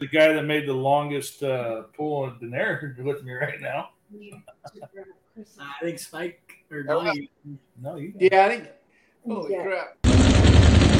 the guy that made the longest uh, pull in Daenerys with me right now. I think Spike or Oh, Donnie. No, you. Yeah, I think. Oh, Holy Yeah. crap.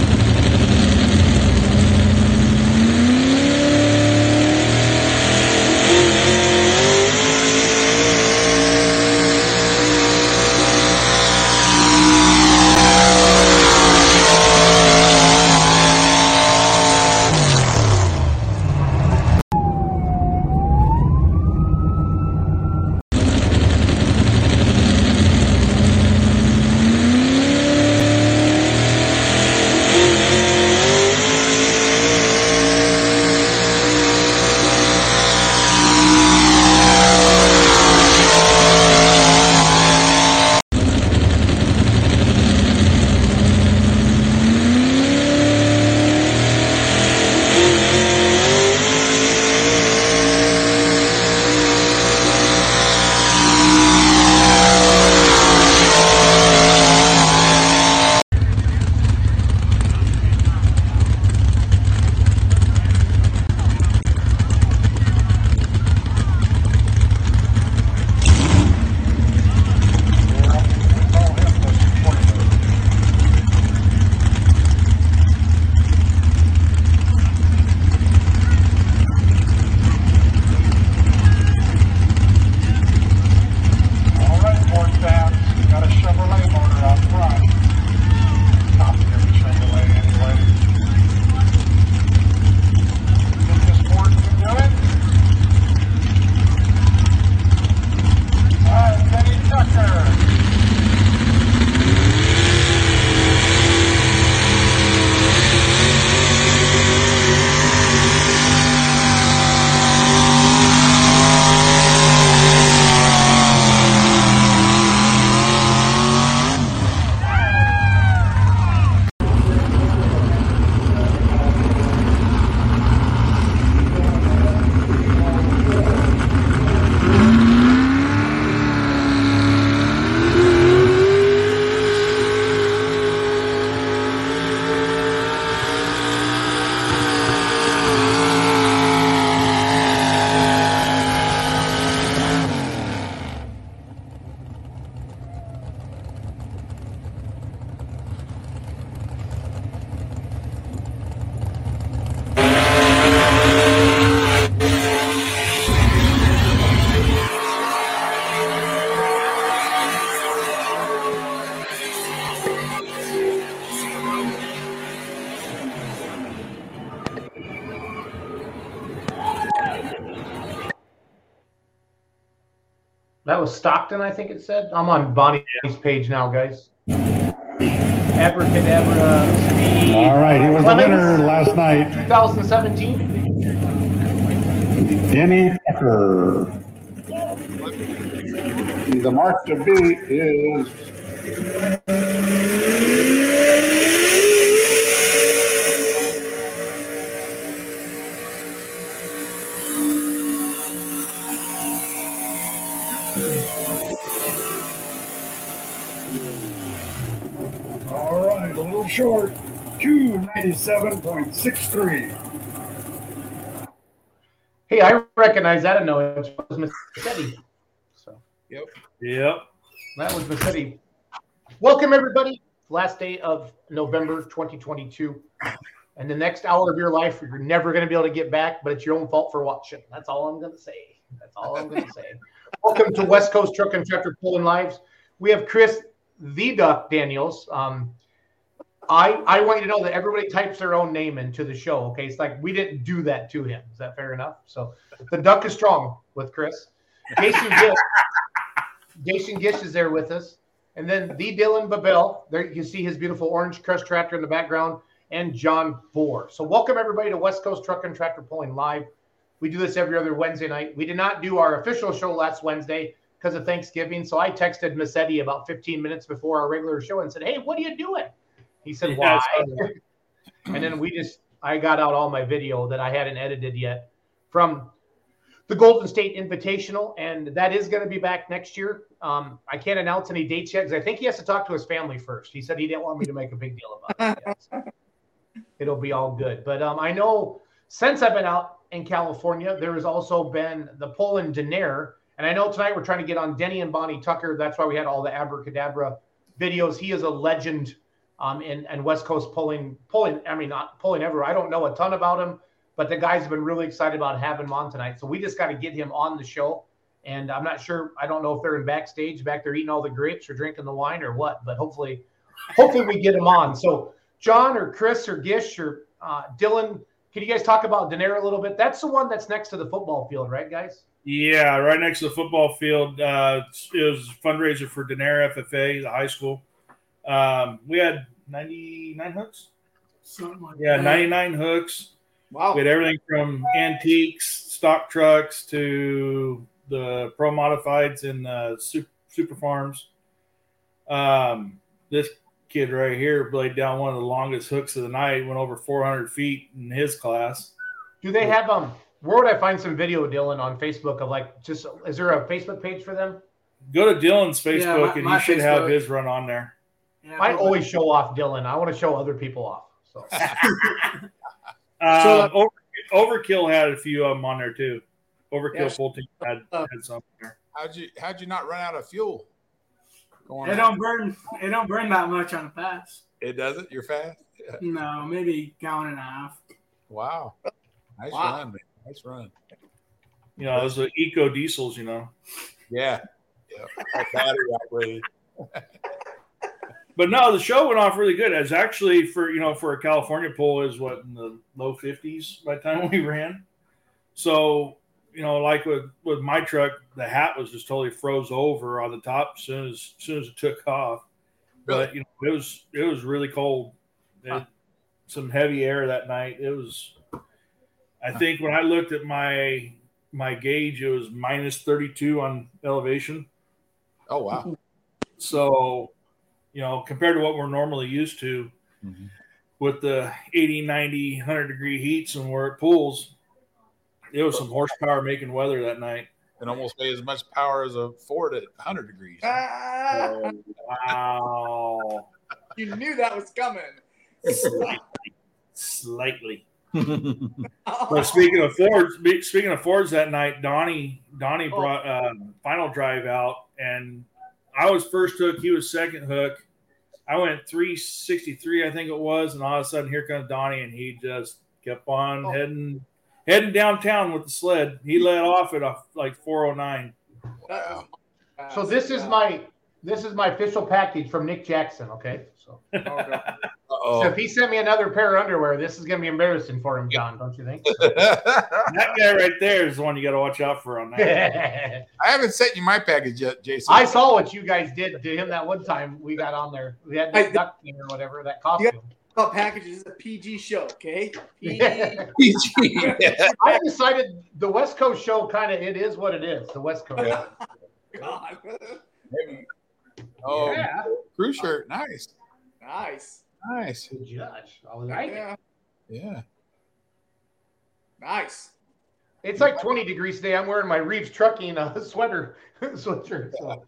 All right, board fans, got a Chevrolet motor out front. Top of every Chevrolet anyway. Think this board can do it? All right, Kenny Tucker. That was Stockton, I think it said. I'm on Bonnie's page now, guys. Abracadabra, Steve. All right, he was the Clemens, winner last night, 2017. Denny Tucker. The mark to beat is All right, a little short, two ninety-seven point six three. Hey, I recognize that annoyance. It was Massetti. So Yep. that was Massetti. Welcome, everybody. Last day of November 2022. And the next hour of your life, you're never going to be able to get back, but it's your own fault for watching. That's all I'm going to say. That's all I'm going to say. Welcome to West Coast Truck and Tractor Pulling Lives. We have Chris the Duck Daniels. Um, I I want you to know that everybody types their own name into the show. Okay, it's like we didn't do that to him. Is that fair enough? So the Duck is strong with Chris. Jason Gish, Jason Gish is there with us, and then the Dylan Babel. There you can see his beautiful orange crest tractor in the background, and John Bohr. So welcome everybody to West Coast Truck and Tractor Pulling Live. We do this every other Wednesday night. We did not do our official show last Wednesday because of Thanksgiving. So I texted Massetti about 15 minutes before our regular show and said, Hey, what are you doing? He said, Yeah, I Why? saw and then we just, I got out all my video that I hadn't edited yet from the Golden State Invitational. And that is going to be back next year. Um, I can't announce any dates yet because I think he has to talk to his family first. He said he didn't want me to make a big deal about it. yet. It'll be all good. But um, I know Since I've been out in California, there has also been the Poland Denair. And I know tonight we're trying to get on Denny and Bonnie Tucker. That's why we had all the abracadabra videos. He is a legend um, in, in West Coast polling. Polling, I mean, not polling ever. I don't know a ton about him, but the guys have been really excited about having him on tonight. So we just got to get him on the show. And I'm not sure. I don't know if they're in backstage back there eating all the grapes or drinking the wine or what. But hopefully, hopefully we get him on. So John or Chris or Gish or uh, Dylan, can you guys talk about Daenerys a little bit? That's the one that's next to the football field, right, guys? Yeah, right next to the football field uh, is fundraiser for Daenerys FFA, the high school. Um, we had 99 hooks. Something like Yeah, that. 99 hooks. Oh. Wow. We had everything from antiques, stock trucks to the pro modifieds and uh, super, super farms. Um, this kid right here laid down one of the longest hooks of the night, went over 400 feet in his class. Do they have um? Where would I find some video, Dylan, on Facebook of like just? Is there a Facebook page for them? Go to Dylan's Facebook Yeah, my- and my you should have Facebook. his run on there. Yeah, I probably. always show off Dylan. I want to show other people off. So Um, So, uh, Over, Overkill had a few of them on there too. Overkill Yeah. full team had, Uh, had some there. How'd you how'd you not run out of fuel? Going It out? don't burn. It don't burn that much on a pass. It doesn't. You're fast. No, maybe gallon and a half. Wow. Nice Wow. run, man. Nice run. You know, those are eco diesels, you know. Yeah. Yeah. That battery operated. But no, the show went off really good. It's actually for you know for a California pool is what in the low fifties by the time we ran. So you know, like with with my truck, the hat was just totally froze over on the top as soon as, as soon as it took off. But you know, it was it was really cold. It- Some heavy air that night. It was. I think when I looked at my my gauge, it was minus thirty two on elevation. Oh wow. So, you know, compared to what we're normally used to Mhm. with the 80, 90, 100 degree heats and where it pools, it was some horsepower making weather that night. And almost made as much power as a Ford at 100 degrees. Ah, Wow. you knew that was coming. Slightly. But speaking of Fords, be- speaking of Fords that night, Donnie Donnie brought um, final drive out, and I was first hook, he was second hook. I went three sixty three, I think it was, and all of a sudden here comes Donnie, and he just kept on Oh. heading heading downtown with the sled. He let off at a, like four oh nine. That was so this is my this is my official package from Nick Jackson. Okay, so, Oh, God. so Uh-oh. if he sent me another pair of underwear, this is gonna be embarrassing for him, John. Don't you think? I That guy right there is the one you got to watch out for on that. I haven't sent you my package yet, Jason. saw what you guys did to him that one time we got on there. We had I did. that duck or whatever that costume. Oh, packages is a PG show, okay? PG. I decided the West Coast show kind of it is what it is. The West Coast. Yeah. God. Oh, yeah. crew shirt. Nice. nice. Nice. Good judge. I was like, "Eh." Yeah. Yeah. Nice. It's like 20 degrees today. I'm wearing my Reeves trucking uh, sweater sweatshirt. So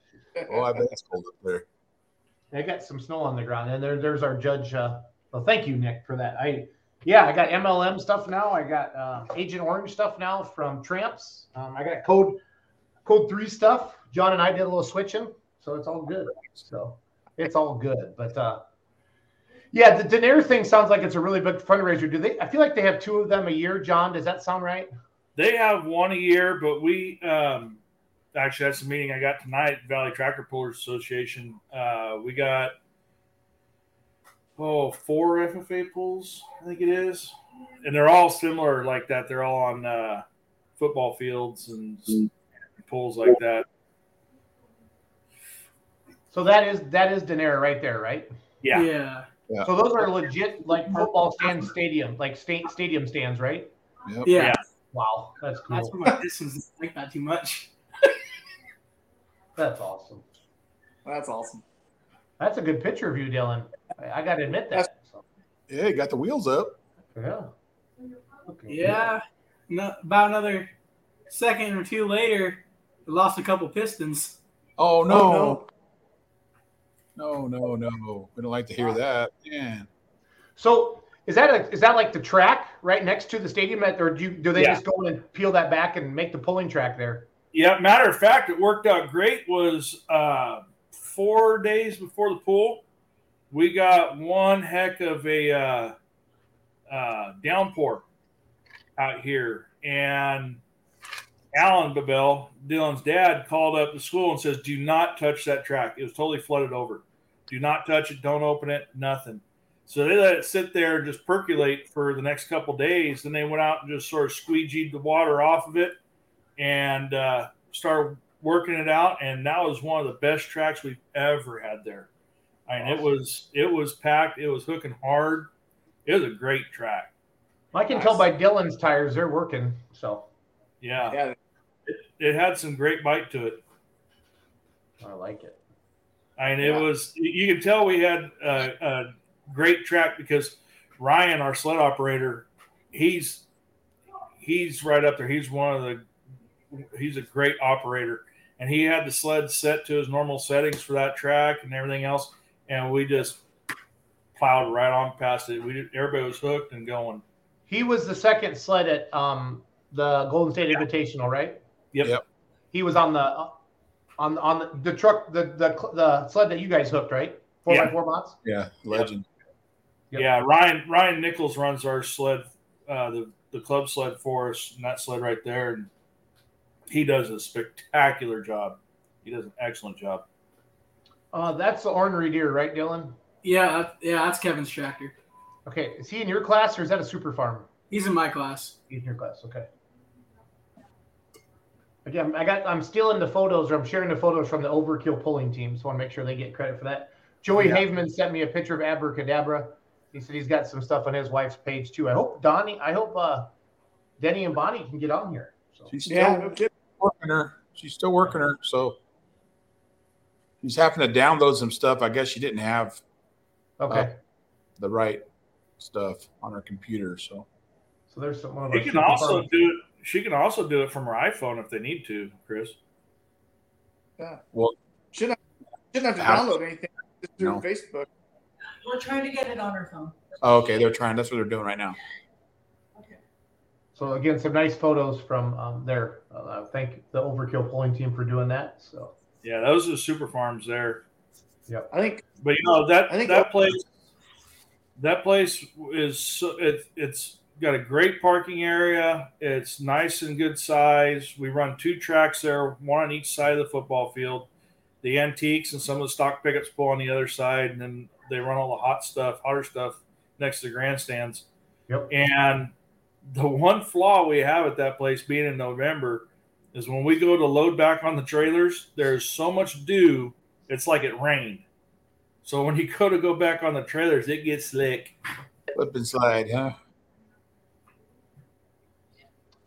Oh, I bet it's cold up there. I got some snow on the ground, and there, there's our judge. Uh, well, thank you, Nick, for that. I yeah, I got MLM stuff now. I got uh, Agent Orange stuff now from Tramps. Um, I got code code three stuff. John and I did a little switching, so it's all good. So it's all good. But uh, yeah, the Daenerys thing sounds like it's a really big fundraiser. Do they? I feel like they have two of them a year. John, does that sound right? They have one a year, but we um, actually that's the meeting I got tonight. Valley Tracker Pullers Association. Uh, we got oh four FFA pools, I think it is, and they're all similar like that. They're all on uh, football fields and pools like that. So that is that is Daenerys right there, right? Yeah. yeah. Yeah. So those are legit like football stand stadium, like state stadium stands, right? Yep. Yeah. Yeah. Wow, that's cool. That's That's, what my distance is like that too much. awesome. That's awesome. That's a good picture of you, Dylan. I, I got to admit that. So, Yeah, you got the wheels up. yeah. Looking good. Yeah. No, about another second or two later, I lost a couple pistons. Oh Oh, no. No, no, no. We don't like to hear that. Man. So is that a, is that like the track right next to the stadium, at, or do you, do they Yeah. just go in and peel that back and make the pulling track there? Yeah, matter of fact, it worked out great. Was uh, four days before the pool, we got one heck of a uh, uh, downpour out here, and Alan Babel, Dylan's dad, called up the school and says, "Do not touch that track. It was totally flooded over. Do not touch it. Don't open it. Nothing." So they let it sit there and just percolate for the next couple days. Then they went out and just sort of squeegeed the water off of it and uh, started working it out. And that was one of the best tracks we've ever had there. I mean, it was it was packed. It was hooking hard. It was a great track. I can tell by Dylan's tires, they're working. So Yeah, Yeah. It, it had some great bite to it. I like it. I mean, it Yeah. was you you can tell we had a, a great track because Ryan, our sled operator, he's he's right up there. He's one of the he's a great operator, and he had the sled set to his normal settings for that track and everything else, and we just plowed right on past it. We did, everybody was hooked and going. He was the second sled at um, the Golden State Invitational, right? Yep. Yep. He was on the on on the, the truck, the, the the sled that you guys hooked, right? Four Yeah. by four bots. Yeah, legend. Yep. Yeah, Ryan Ryan Nichols runs our sled, uh, the the club sled for us, and that sled right there, and he does a spectacular job. He does an excellent job. Uh, that's the ornery deer, right, Dylan? Yeah, that- yeah, that's Kevin's tractor. Okay, is he in your class or is that a super farm? He's in my class. He's in your class. Okay. Again, I got. I'm stealing the photos, or I'm sharing the photos from the Overkill pulling team. So I want to make sure they get credit for that. Joey Yeah. Haveman sent me a picture of Abracadabra. He said he's got some stuff on his wife's page too. I hope Donnie. I hope uh, Denny and Bonnie can get on here. So She's still Yeah, no kidding. working her. She's still working her. So she's having to download some stuff. I guess she didn't have okay. Uh, the right stuff on her computer. So so there's some. One of She our can super also farms. do it. She can also do it from her iPhone if they need to, Chris. Shouldn't have to Ouch. download anything. Just through No. Facebook. We're trying to get it on her phone. oh, okay, they're trying. That's what they're doing right now. So again, some nice photos from um, there. Uh, thank the Overkill pulling team for doing that. So Yeah, those are the super farms there. I think But you know that I think- that place that place is so- it, it's got a great parking area. It's nice and good size. We run two tracks there, one on each side of the football field. The antiques and some of the stock pickups pull on the other side, and then they run all the hot stuff, hotter stuff next to the grandstands. Yep. And the one flaw we have at that place being in November is when we go to load back on the trailers, there's so much dew, it's like it rained. So when you go to go back on the trailers, it gets slick. Flip and slide, huh?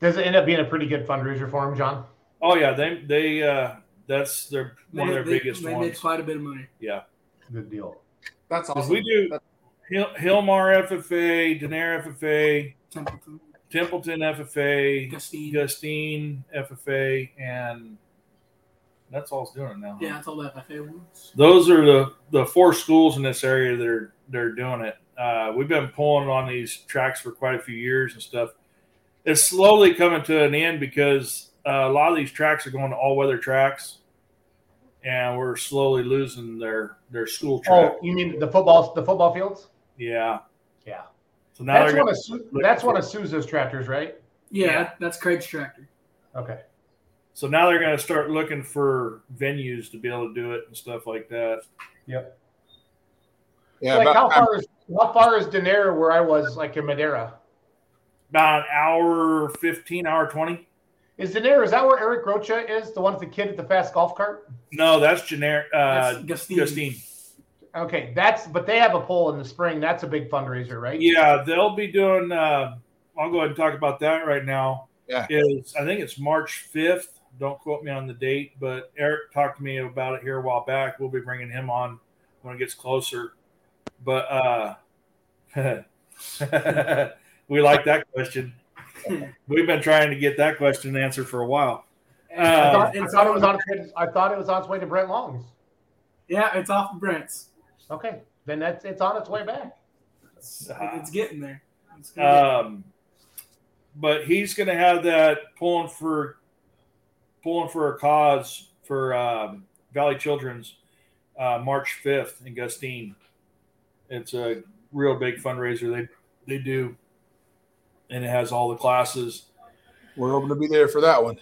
does it end up being a pretty good fundraiser for him, John? Oh yeah, they they uh that's their one of their They- they- biggest they made ones. quite a bit of money. Good deal. that's 'Cause awesome. We do Hil- Hilmar FFA, Daenerys FFA, Templeton, Templeton FFA, Gustine. Gustine FFA, and that's all it's doing now. Yeah, that's all that FA wants. those are the the four schools in this area that are they're doing it. Uh, we've been pulling on these tracks for quite a few years and stuff. It's slowly coming to an end because uh, a lot of these tracks are going to all weather tracks, and we're slowly losing their their school track. Oh, you mean the football the football fields? Yeah, Yeah. so now That's they're one gonna, of Su- that's one of Sousa's tractors, right? Yeah, Yeah. that- that's Craig's tractor. Okay. so now they're going to start looking for venues to be able to do it and stuff like that. Yeah, like about- how far is how far is Daenerys where I was like in Madeira? About an hour fifteen, hour twenty. Is Daenerys is that where Eric Rocha is? The one with the kid at the fast golf cart? No, that's generic. That's Uh, Gustine. Justine. Okay, that's but they have a poll in the spring. That's a big fundraiser, right? Yeah, they'll be doing. Uh, I'll go ahead and talk about that right now. Yeah. is I think it's March fifth. Don't quote me on the date, but Eric talked to me about it here a while back. We'll be bringing him on when it gets closer. But uh, we like that question. We've been trying to get that question answered for a while. I Uh, thought, I thought it was on. I thought it was on its way to Brent Long's. Yeah, it's off of Brent's. Okay, then that's it's on its way back. Ah. It's, it's getting there. It's gonna Um, but he's going to have that pulling for pulling for a cause for um, Valley Children's uh, March fifth in Gustine. It's a real big fundraiser they they do, and it has all the classes. We're hoping to be there for that one.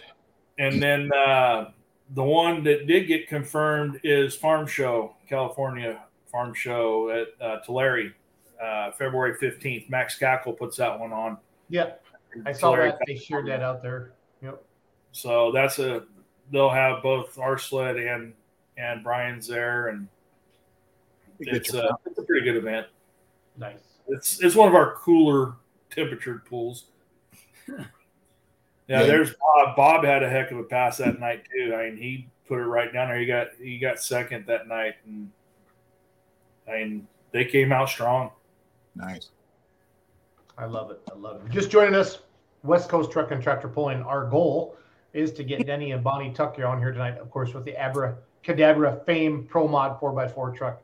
And then uh, the one that did get confirmed is Farm Show, California Farm Show at uh, Tulare, uh, February 15th. Max Cackle puts that one on. Yeah, I saw Tulare, that. They shared that out there. Yep. So that's a, they'll have both our sled and, and Brian's there. And it's uh, a, it's a pretty good event. Nice. It's, it's one of our cooler temperatured pools. Yeah, Yeah. there's Bob. Bob had a heck of a pass that night too. I mean, he put it right down there. He got he got second that night, and I mean they came out strong. Nice. I love it. I love it. Just joining us, West Coast Truck and Tractor Pulling. Our goal is to get Denny and Bonnie Tucker on here tonight, of course, with the Abra Cadabra Fame Pro Mod 4x4 truck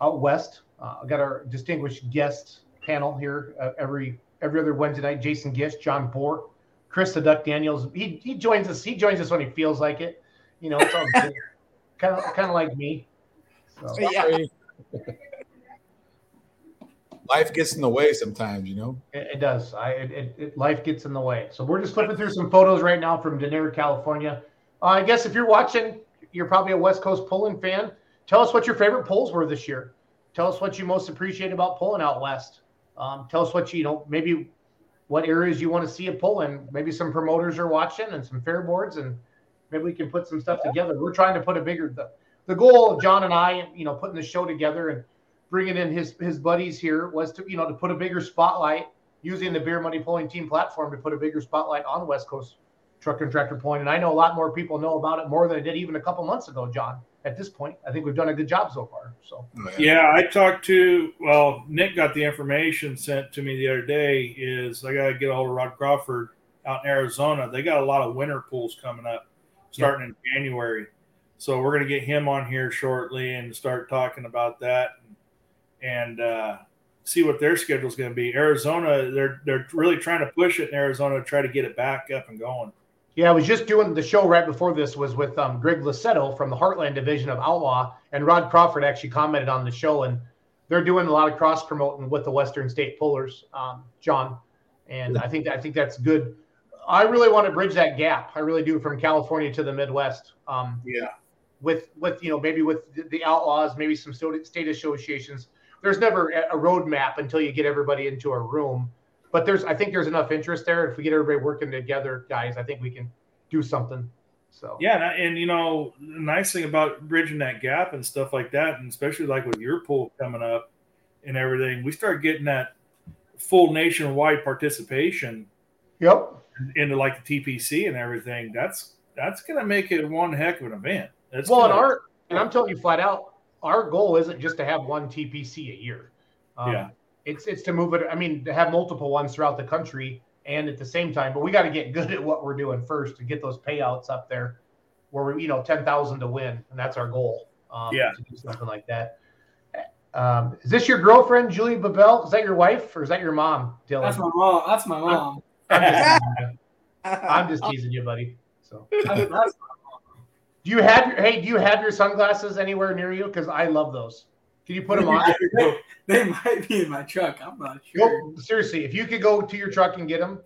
out west. Uh, I've got our distinguished guest panel here uh, every every other Wednesday night. Jason Gish, John Bohr, Chris the Duck Daniels. He he joins us. He joins us when he feels like it. You know, it's all kind of kind of like me. So, Yeah. Life gets in the way sometimes, you know. It, it does. I it, it, it- life gets in the way. So we're just flipping through some photos right now from Denver, California. Uh, I guess if you're watching, you're probably a West Coast pulling fan. Tell us what your favorite polls were this year. Tell us what you most appreciate about pulling out west. Um, tell us what you, you know maybe what areas you want to see a pull in. Maybe some promoters are watching and some fair boards, and maybe we can put some stuff together. We're trying to put a bigger the, the goal of John and I, you know, putting the show together and bringing in his his buddies here was to you know to put a bigger spotlight using the beer money pulling team platform to put a bigger spotlight on West Coast truck and tractor point. And I know a lot more people know about it more than I did even a couple months ago, John. At this point, I think we've done a good job so far. So Yeah, I talked to well, Nick got the information sent to me the other day. Is I got to get a hold of Rod Crawford out in Arizona. They got a lot of winter pools coming up, starting in January. So we're gonna get him on here shortly and start talking about that and uh, see what their schedule's going to be. Arizona, they're they're really trying to push it in Arizona to try to get it back up and going. yeah, I was just doing the show right before this was with um, Greg Licetto from the Heartland Division of Outlaw, and Rod Crawford actually commented on the show, and they're doing a lot of cross promoting with the Western State Pullers, um, John, and I think I think that's good. I really want to bridge that gap. I really do from California to the Midwest. Um, Yeah. with with you know maybe with the- the outlaws maybe some state state associations there's never a a roadmap until you get everybody into a room but there's i think there's enough interest there if we get everybody working together guys i think we can do something so Yeah, and, I- and you know, the nice thing about bridging that gap and stuff like that, and especially like with your pool coming up and everything, we start getting that full nationwide participation yep into like the TPC and everything. That's that's going to make it one heck of an event. That's well, and gonna- our and I'm telling you flat out, our goal isn't just to have one TPC a year. Um, Yeah. It's it's to move it. I mean, to have multiple ones throughout the country and at the same time, but we got to get good at what we're doing first to get those payouts up there, where we you know ten thousand to win, and that's our goal. Um, Yeah. To do something like that. Um, is this your girlfriend, Julie Babel? Is that your wife or is that your mom, Dylan? That's my mom. That's my mom. I'm just teasing you, buddy. So. That's- that's- Do you have your hey? Do you have your sunglasses anywhere near you? Because I love those. Can you put them on? they might be in my truck. I'm not sure. Go, seriously, if you could go to your truck and get them,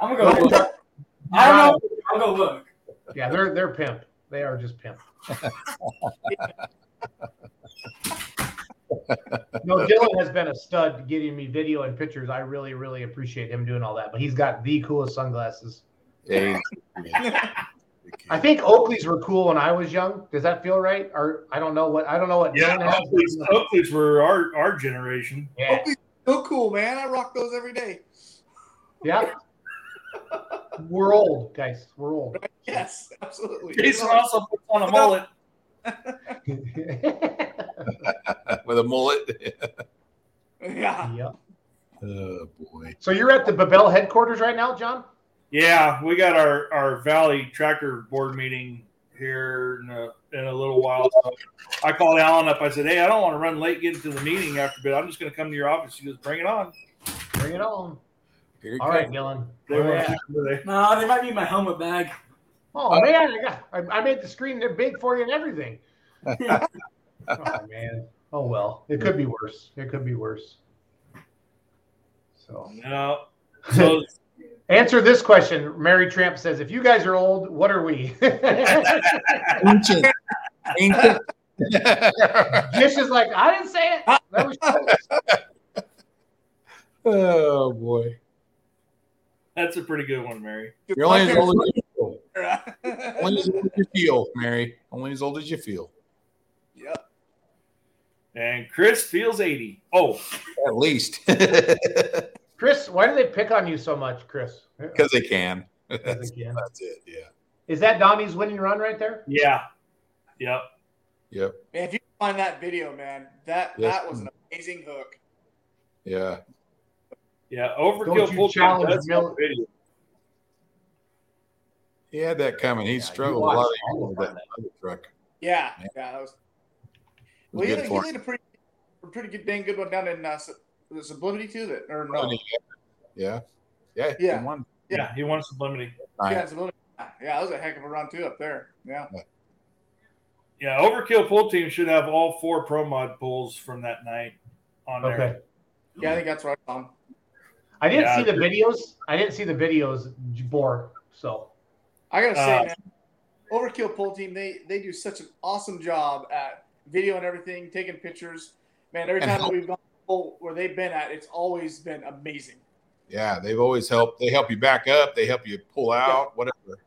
I'm gonna go look. I don't know. I'll go look. yeah, they're they're pimp. They are just pimp. no, Dylan has been a stud getting me video and pictures. I really, really appreciate him doing all that. But he's got the coolest sunglasses. Yeah. I think Oakley's were cool when I was young. Does that feel right? Or I don't know what I don't know what. yeah, Dylan has. Oakleys, Oakleys were our our generation. yeah. So cool, man. I rock those every day. yeah. We're old, guys. We're old. Yes, absolutely. Jason also puts on a mullet. yep. With a mullet. Yeah. oh boy. So you're at the Babel headquarters right now, John? Yeah, we got our, our Valley Tractor Board meeting here in a, in a little while. So I called Alan up. I said, "Hey, I don't want to run late getting to the meeting after, but I'm just going to come to your office." He goes, "Bring it on." Bring it on. Here he All comes. right, Dylan. They Where were- we at? they- No, they might be my helmet bag. Oh Uh, man, I, got, I, I made the screen that big for you and everything. oh man. Oh well, it could be worse. It could be worse. So, No. So answer this question. Mary Tramp says, "If you guys are old, what are we?" Ancient. Ancient. Dish is like, "I didn't say it. Uh, That was oh boy. that's a pretty good one, Mary. You're only as old as you feel. Only as yeah. old as you feel, Mary. Only as old as you feel. And Chris feels 80. Oh, At least. Because Chris. Why do they pick on you so much, Chris? they can. That's, Again. that's it. Yeah. Is that Donnie's winning run right there? yeah. Yep. Man, if you find that video, man, that Yes. that was an amazing hook. Yeah. Yeah. Don't Overkill you pulled down challenge That's Miller. video. He had that coming. He struggled watched a lot all with of that other truck. Yeah, Man. yeah, that was. It was Well, you good laid, for you him. laid a pretty, a pretty good, dang good one down in uh, Sub- was it Sublimity too. That or no, Yeah. Yeah. Yeah. He won. Yeah. He won sublimity. yeah, Yeah. Sublimity. Yeah, that was a heck of a round too up there. Yeah, Yeah. Overkill pull team should have all four pro mod pulls from that night on there. Okay. yeah, I think that's right. Tom. I didn't Yeah. see the videos. I didn't see the videos, Bore. So I gotta say, Uh, man, Overkill Pole Team, they they do such an awesome job at video and everything, taking pictures. Man, every And time that help. we've gone to pole where they've been at, it's always been amazing. Yeah. They've always helped. They help you back up. They help you pull out, whatever.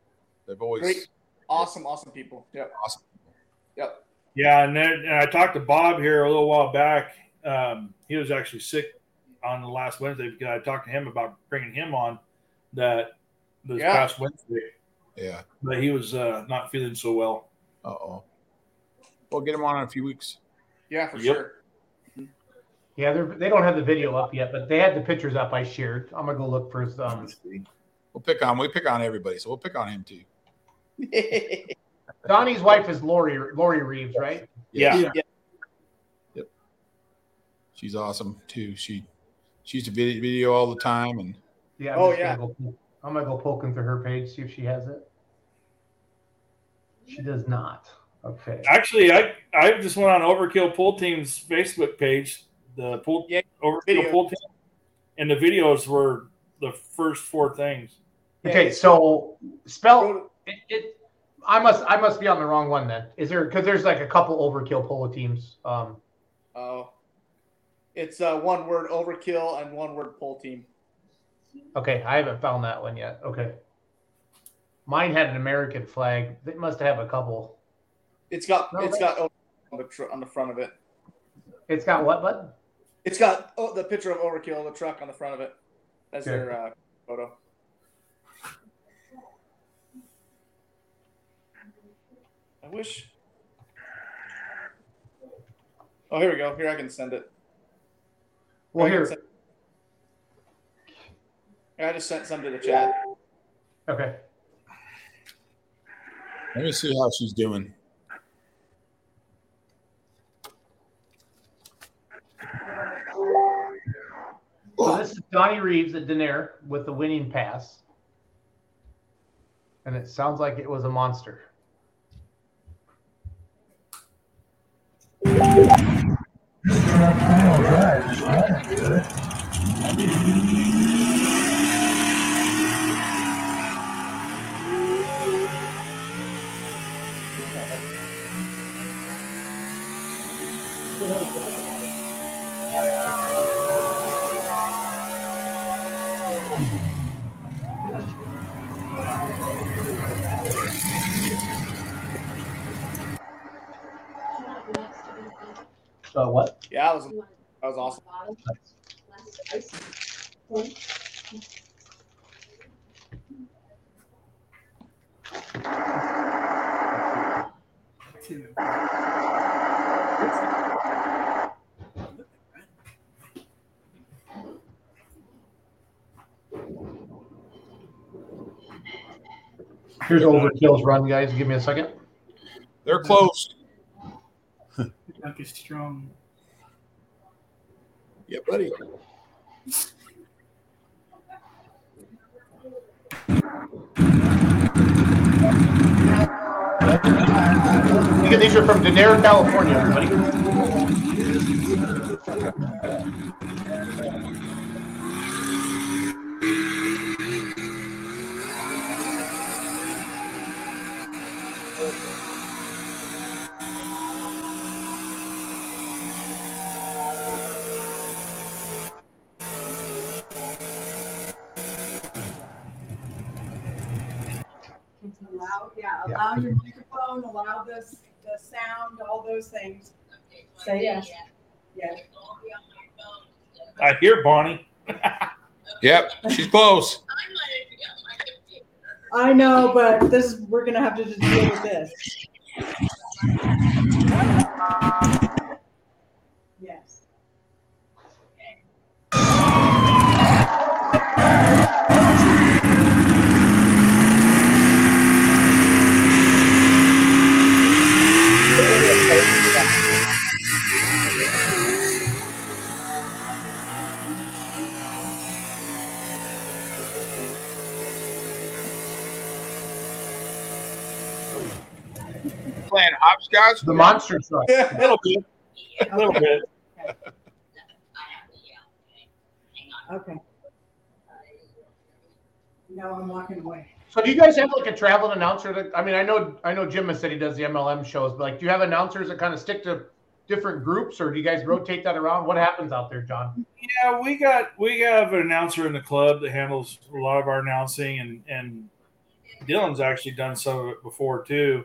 They've always Great, awesome, awesome people. Yep, awesome. yep. Yeah, and then and I talked to Bob here a little while back. Um, he was actually sick on the last Wednesday because I talked to him about bringing him on that this Yeah. past Wednesday, Yeah. but he was uh, not feeling so well. Uh oh. We'll get him on in a few weeks. Yeah, for Yep. sure. yeah, they're, they don't have the video up yet, but they had the pictures up. I shared. I'm gonna go look for some. We'll pick on. We pick on everybody, so we'll pick on him too. Donnie's wife is Lori Lori Reeves, right? Yeah. Yeah. She's awesome too. She she used to video, video all the time, and Yeah. I'm Oh, just yeah. Gonna go, I'm gonna go poking through her page see if she has it. She does not. Okay. Actually, I I just went on Overkill Pull Team's Facebook page, the pull Yeah, Overkill video. Pull Team, and the videos were the first four things. Okay. So spell Go it, it. I must I must be on the wrong one then. Is there because there's like a couple overkill polo teams. Um, to- Oh, it's uh, one word overkill and one word pole team. Okay, I haven't found that one yet. Okay. Mine had an American flag. They must have a couple. It's got No, it's that's- got over on the tr- on the front of it. It's got what button? It's got oh, the picture of Overkill, the truck on the front of it, as Okay. their uh, photo. I wish. Oh, here we go. Here I can send it. Well, I can here. send- Here, I just sent some to the chat. Okay. let me see how she's doing. So this is Donnie Reeves at Denair with the winning pass. And it sounds like it was a monster. All right, so that's good. Uh, what? Yeah, that was that was awesome. Two. Here's Overkill's run, guys. Give me a second. They're close. The dunk is strong. Yeah, buddy. Again, these are from Denair, California, everybody. Allow, yeah, Yeah. allow your microphone, allow this, the sound, all those things. Say yes. Yes. I hear Bonnie. Yep, she's close. I know, but this, is we're gonna have to just deal with this. Yes. Playing hopscotch. The monster truck. A little bit. A little bit. Okay. No, I'm walking away. So do you guys have like a traveling announcer? That, I mean, I know I know Jim has said he does the MLM shows, but like, do you have announcers that kind of stick to different groups, or do you guys rotate that around? What happens out there, John? Yeah, we got we have an announcer in the club that handles a lot of our announcing, and and Dylan's actually done some of it before too.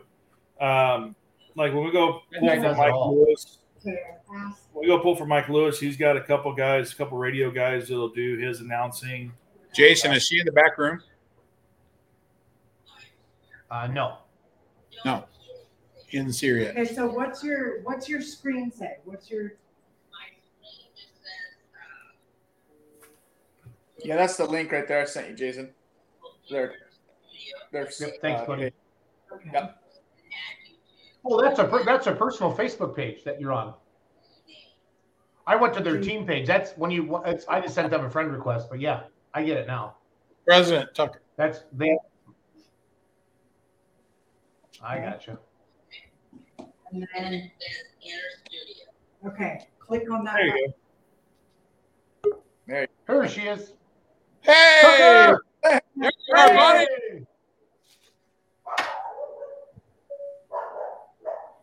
Um, like when we go pull Midnight for does it Mike all. Lewis, Clear. Ask. when we go pull for Mike Lewis. He's got a couple guys, a couple radio guys that'll do his announcing. Jason, is she in the back room? Uh, no. No, she didn't see her yet. Okay, so what's your, what's your screen say? What's your, Yeah, that's the link right there I sent you, Jason. There. There's. Yep, thanks, uh, buddy. okay. Yeah. Well, that's a per- that's a personal Facebook page that you're on. I went to their team page. That's when you. It's, I just sent them a friend request, but yeah, I get it now. President Tucker. That's they. I gotcha. And then, okay, click on that. There you Here she is. Hey, Tucker! there you are, buddy.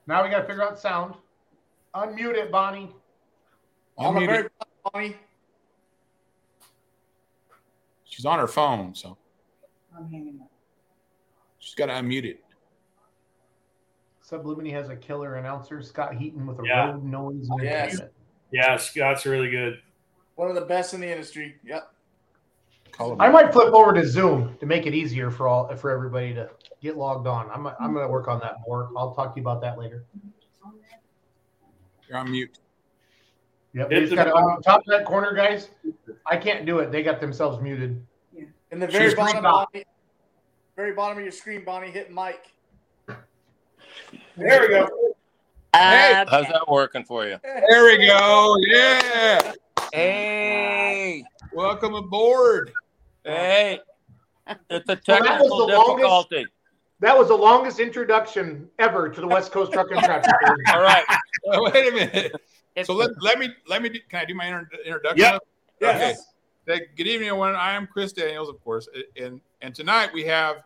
Now we got to figure out sound. Unmute it, Bonnie. I'm a Unmuted. very Bonnie. She's on her phone, so I'm hanging up. she's got to unmute it. Sublimity has a killer announcer, Scott Heaton, with a Yeah. road noise. and Yes. entertainment. Yeah, Scott's really good. One of the best in the industry. Yep. Call I him. might flip over to Zoom to make it easier for all for everybody to get logged on. I'm I'm gonna work on that more. I'll talk to you about that later. You're on mute. Hit Yep. They just the- got on top of that corner, guys. I can't do it. They got themselves muted. In the She's very green bottom, dot. Bonnie, very bottom of your screen, Bonnie, hit Mike. There we go. Hey, How's that working for you? there we go. Yeah, Hey, welcome aboard. hey, that was it's a the technical longest- difficulty. That was the longest introduction ever to the West Coast Trucking Traffic. All right. Oh, wait a minute. It's- So let, let me let me do, can I do my inter- introduction? Yep. Okay. Hey, Good evening, everyone. I am Chris Daniels, of course, and and tonight we have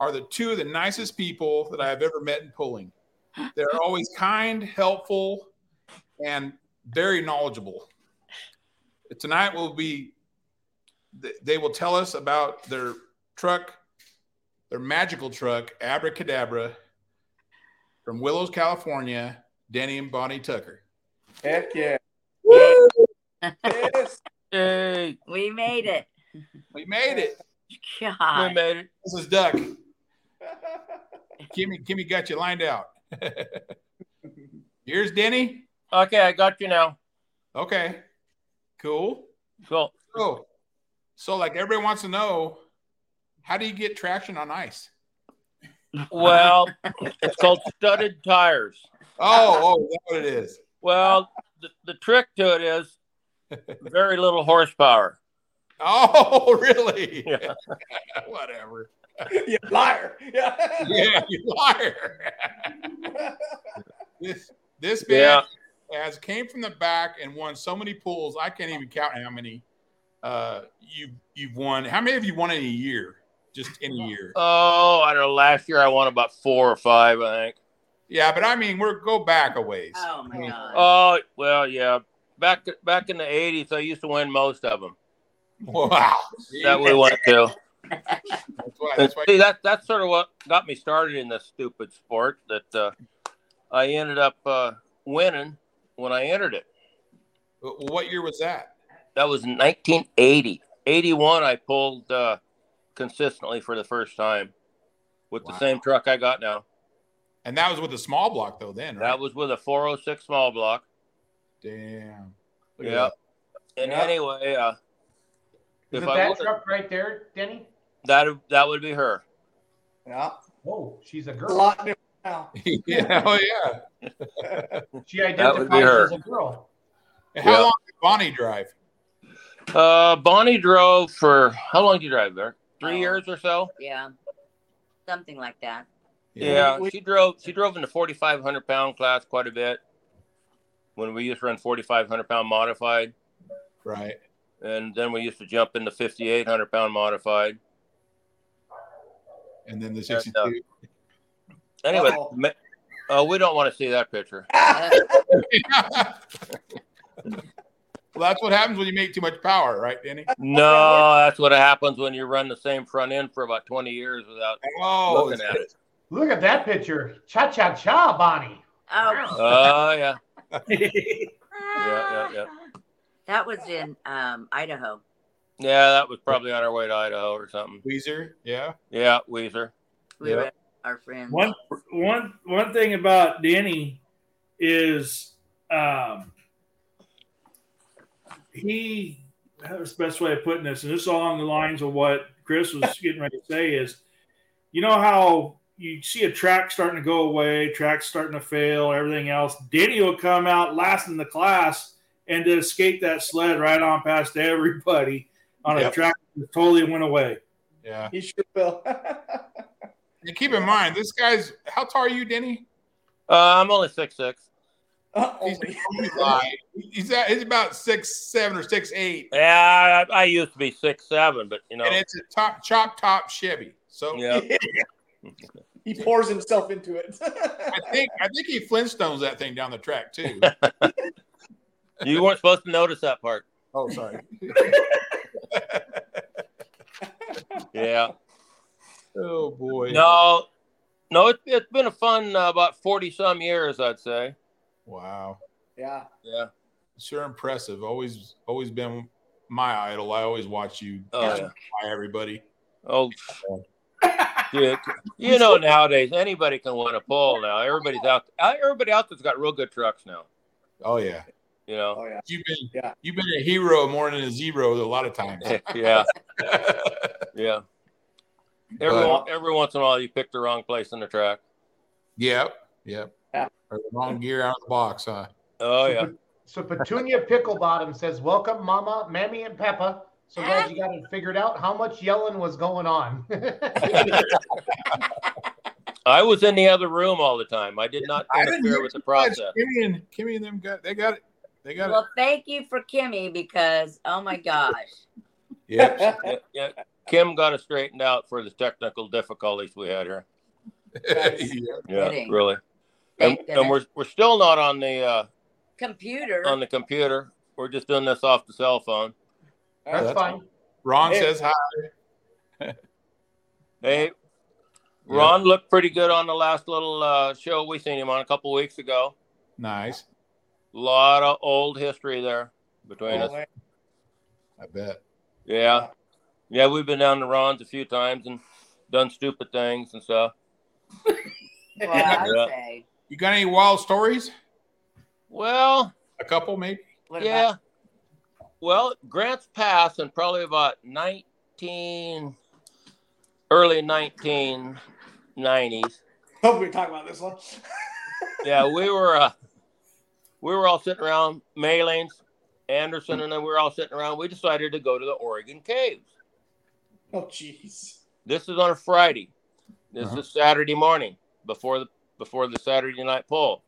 are the two of the nicest people that I have ever met in pulling. They're always kind, helpful, and very knowledgeable. Tonight will be th- they will tell us about their truck, their magical truck, Abracadabra, from Willows, California. Danny and Bonnie Tucker. Heck yeah. Yes. Hey, We made it. We made it. we God. made it. This is Duck. Kimmy, Kimmy got you lined out. Here's Denny. Okay, I got you now. Okay. Cool. Cool. So, so like everybody wants to know, how do you get traction on ice? Well, it's called studded tires. Oh, oh, that's what it is. Well, the, the trick to it is very little horsepower. Oh, really? Whatever. you liar. Yeah. Yeah, you liar. this this Yeah. band has came from the back and won so many pools. I can't even count how many uh, you you've won. How many have you won in a year? Just in a year. Oh, I don't know. Last year I won about four or five, I think. Yeah, but I mean, we're go back a ways. Uh, Oh my god. Oh, well, yeah. Back back in the '80s, I used to win most of them. Wow. That we went to. That's why. That's why. See, that that's sort of what got me started in this stupid sport. That uh, I ended up uh, winning when I entered it. Well, what year was that? That was 1980. 81, I pulled uh, consistently for the first time with Wow. the same truck I got now. And that was with a small block though. Then right? That was with a 406 small block. damn. Look at Yeah. that. And Yeah. anyway, uh, Is if it I that would, truck right there, Denny? that that would be her. yeah. Oh, she's a It's a girl. lot new now. yeah. Oh yeah. She That would be identifies her. as a girl. And How Yeah. long did Bonnie drive? Uh, Bonnie drove for how long did you drive there? Three Oh. years or so. Yeah. Something like that. Yeah, she drove. She drove in the 4,500 pound class quite a bit when we used to run 4,500 pound modified, Right. and then we used to jump into 5,800 pound modified. And then the Yeah, no. 62. Anyway, Oh. ma- uh, we don't want to see that picture. well, that's what happens when you make too much power, right, Danny? No, that's what happens when you run the same front end for about 20 years without Oh, looking at it. Look at that picture. Cha cha cha, Bonnie. Oh. Oh yeah, ah. yeah, yeah. That was in um, Idaho. yeah. That was probably on our way to Idaho or something. Weezer, yeah. Yeah, Weezer. We Yeah. were our friends. One one one thing about Danny is um, he that's the best way of putting this, and this is along the lines of what Chris was getting ready to say is, you know how you see a track starting to go away, tracks starting to fail, everything else. Danny will come out last in the class and to escape that sled right on past everybody on a Yep. track that totally went away. Yeah. He sure will. And keep in mind, this guy's how tall are you, Denny? Uh, I'm only six six. He's, Only. he's, like- he's, at- he's about six seven or six eight. Yeah, I, I used to be six seven, but you know, And it's a top chop top Chevy. So yeah, He pours himself into it. I think I think he Flintstones that thing down the track too. you weren't supposed to notice that part. oh, sorry. Yeah, Oh boy. no, no, it's it's been a fun uh, about forty some years, I'd say. Wow. yeah. Yeah, Sure impressive. Always always been my idol. I always watch you Oh, catch by everybody. oh, shit. you know, nowadays anybody can win a pole. Now everybody's out, uh, everybody out there's got real good trucks now. Oh yeah. You know, Oh yeah. You've been Yeah. you've been a hero more than a zero a lot of times. yeah, yeah. Every, But- on- every once in a while, you pick the wrong place in the track. Yep. Yep. Yeah. Or the wrong gear out of the box, huh? Oh yeah, So Petunia Picklebottom says, Welcome, Mama, Mammy, and Peppa. So glad you got it figured out how much yelling was going on. I was in the other room all the time. I did not I didn't interfere hear with the Watch, process. Kimmy and Kimmy and them got they got it. They got Well, thank you for Kimmy because oh my gosh. it. Yeah. yeah, yeah. Kim got it straightened out for the technical difficulties we had here. yeah. Yeah, Kidding. really. And, Thank goodness. and we're we're still not on the uh, Computer. on the computer. We're just doing this off the cell phone. That's fine. Ron Hey. says hi. Hey, Ron looked pretty good on the last little uh, show we seen him on a couple weeks ago. Nice. lot of old history there Oh, between us. Only. I bet. Yeah, yeah, we've been down to Ron's a few times and done stupid things and stuff. Well, I Yeah. say. You got any wild stories? Well, A couple maybe? What yeah. well, Grants Pass in probably about 19, early 1990s. Hope we talk about this one. Yeah, we were uh, we were all sitting around Maylanes Anderson and I were all sitting around. We decided to go to the Oregon Caves. Oh, jeez. This is on a Friday. This Uh-huh. is Saturday morning before the before the Saturday night poll.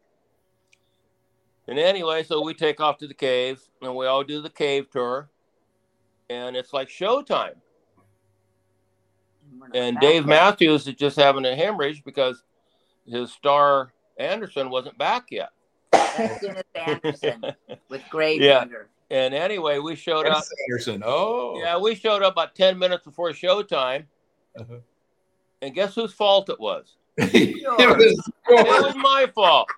And anyway, so we take off to the caves and we all do the cave tour, and it's like showtime. And Dave Matthews is just having a hemorrhage because his star Anderson wasn't back yet. Dennis Anderson with great Yeah. wonder. And anyway, we showed up. Dennis Anderson. Oh. Yeah, we showed up about 10 minutes before showtime. Uh-huh. And guess whose fault it was? It was- it was my fault.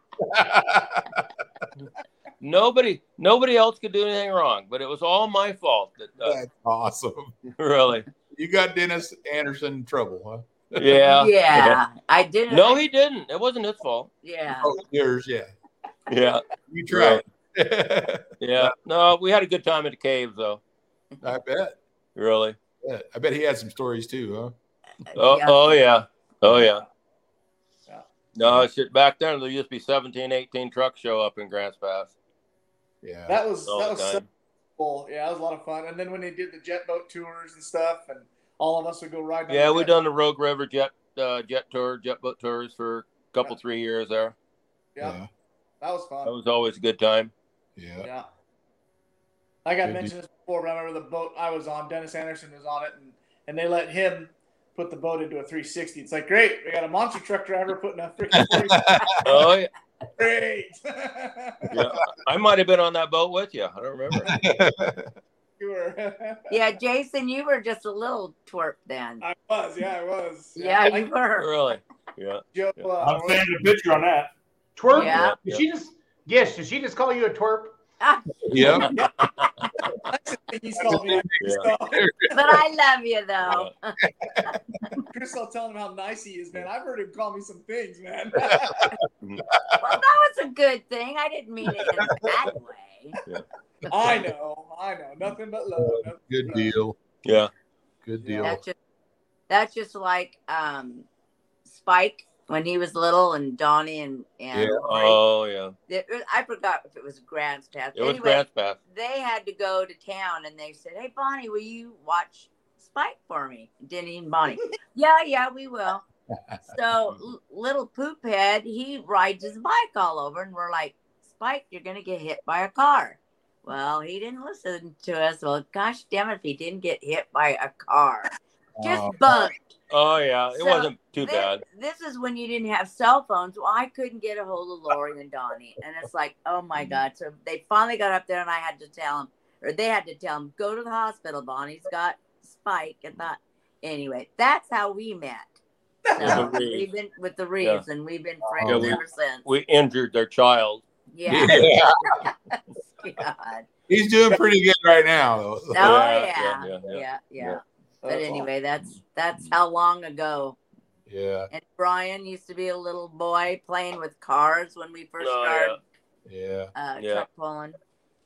nobody nobody else could do anything wrong, but it was all my fault. That, uh, That's awesome. Really? You got Dennis Anderson in trouble, huh? Yeah. Yeah, I didn't. No, he didn't. It wasn't his fault. Yeah. Oh, yours, yeah. Yeah. You tried. yeah. No, we had a good time at the cave, though. I bet. Really? Yeah, I bet he had some stories too, Oh, Yeah. oh yeah. Oh, yeah. No, it's just back then there used to be 17, 18 trucks show up in Grants Pass. Yeah. That was All that the was time. so cool. Yeah, that was a lot of fun. And then when they did the jet boat tours and stuff, and all of us would go ride. on Yeah, the we jet. done the Rogue River jet uh, jet tour, jet boat tours for a couple three years there. Yeah. That was fun. That was always a good time. Yeah. Yeah. I got Did you- mentioned this before, but I remember the boat I was on. Dennis Anderson was on it, and, and they let him put the boat into a 360. It's like, great, we got a monster truck driver putting a freaking 360. Oh yeah. great. yeah. I might have been on that boat with you. I don't remember. you were. Yeah, Jason, you were just a little twerp then. I was. Yeah, I was. Yeah, I- you were. really? Yeah. Joe, I'm Uh, saying the picture on that. Twerp? Yeah. Did she just? Yes. Did she just call you a twerp? Yeah. He's called me. Yeah. But I love you though. Chris, I'll tell him how nice he is, man. I've heard him call me some things, man. Well, that was a good thing. I didn't mean it in a bad way. I know. I know. Nothing but love. nothing Good but love. deal. Yeah. Good deal. That's just that's just like um, Spike when he was little, and Donnie and and Yeah. Lori. Oh yeah. It was- I forgot if it was Grant's Path. It was anyway, Grants Pass. they had to go to town, and they said, "Hey, Bonnie, will you watch Spike for me?" Denny and Bonnie. yeah, yeah, we will. So l- little poop head, he rides his bike all over, and we're like, "Spike, you're gonna get hit by a car." Well, he didn't listen to us. Well, gosh damn it, if he didn't get hit by a car, just Oh. bugged. Oh yeah. It So, wasn't too Thi- bad. This is when you didn't have cell phones. Well, I couldn't get a hold of Lori and Donnie, and it's like, oh my god! So they finally got up there, and I had to tell them, or they had to tell them, go to the hospital. Bonnie's got spike, and that. Anyway, that's how we met. So With the Reeves. we've been with the Reeves, and we've been friends Yeah, we- ever since. We injured their child. Yeah. Oh, Yeah. God. He's doing pretty good right now, though. Oh Yeah, yeah, yeah, yeah, yeah. yeah, yeah. But anyway, that's that's how long ago. Yeah. And Brian used to be a little boy playing with cars when we first Oh, started Yeah. uh, Yeah. truck pulling.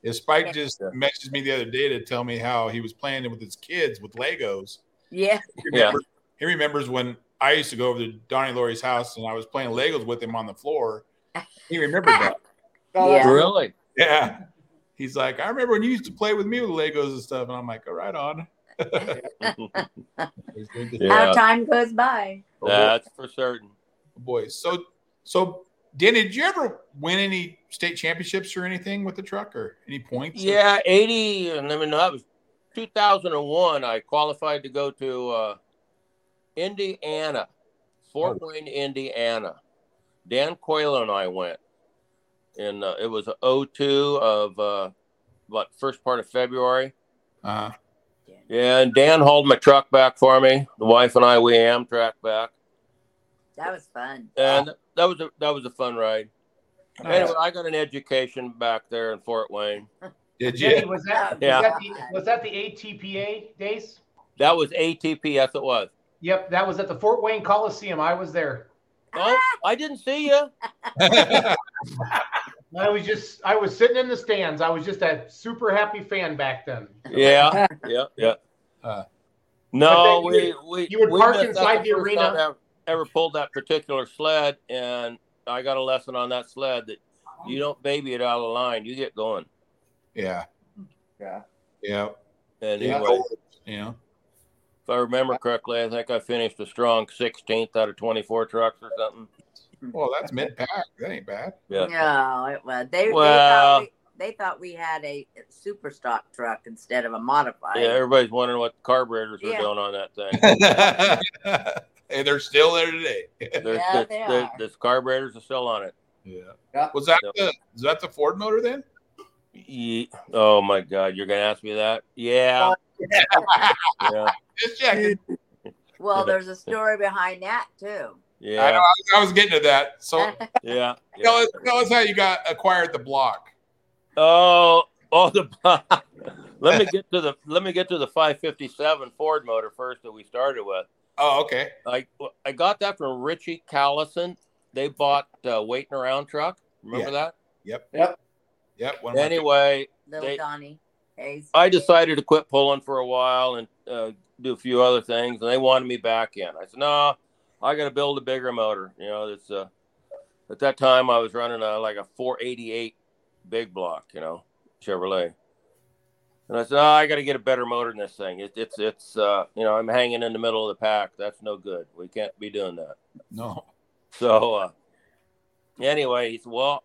If Spike Yeah. just messaged me the other day to tell me how he was playing with his kids with Legos. Yeah, Yeah. He remembers when I used to go over to Donnie Laurie's house and I was playing Legos with him on the floor. He remembered that. Oh, Yeah. Really? Yeah. He's like, I remember when you used to play with me with Legos and stuff. And I'm like, all right on. He's doing good. how Yeah. time goes by. That's for certain. Boy, so so Danny, did you ever win any state championships or anything with the truck or any points? Yeah, eighty. And I mean, that was two thousand and one. I qualified to go to uh, Indiana, Fort Wayne, Indiana. Dan Coyle and I went, and uh, it was a 02 of uh, what first part of February. Uh, Yeah, and Dan hauled my truck back for me. The wife and I we Amtrak back, That was fun. and that was a that was a fun ride. Anyway, I got an education back there in Fort Wayne. did Jenny, you? was that, Yeah. was, that the, was that the ATPA days? That was ATP. Yes, it was. Yep, that was at the Fort Wayne Coliseum. I was there. Oh, I didn't see you. I was just I was sitting in the stands. I was just a super happy fan back then. Yeah, yeah, yeah. Uh, no, But then we, you we you would we park missed that inside the first arena. time I Ever, ever pulled that particular sled, and I got a lesson on that sled that you don't baby it out of line. You get going. yeah. Yeah. Yeah. And Yeah. anyway, yeah. If I remember correctly, I think I finished a strong 16th out of 24 trucks or something. Well, that's mid pack. That ain't bad. Yeah. No, it was. They, they, Well- thought we, they thought we had a super stock truck instead of a modified. Yeah, everybody's wondering what carburetors were Yeah. doing on that thing. and they're still there today. Yeah, they are. The carburetors are still on it. Yeah. Yeah. Was that So- the is that the Ford motor then? Ye- oh my God, you're gonna ask me that? Oh, Yeah, yeah, Just checking. Well, there's a story behind that too. I, know, yeah, I, I was getting to that. So yeah. yeah. tell, us, tell us how you got acquired the block. Oh, oh the. let me get to the let me get to the 557 Ford motor first that we started with. Oh, okay. I I got that from Richie Callison. They bought uh, waiting around truck. Remember that? Yep. Yep. Yep. One of my Anyway, Little They- Donnie Hayes. I decided to quit pulling for a while and uh, do a few other things, and they wanted me back in. I said, "No, I got to build a bigger motor." You know, it's uh, at that time I was running a, like a 488 big block, you know, Chevrolet, and I said, "No, I got to get a better motor than this thing. It, it's it's uh, you know, I'm hanging in the middle of the pack. That's no good. We can't be doing that." No. So uh, anyway, he said, "Well,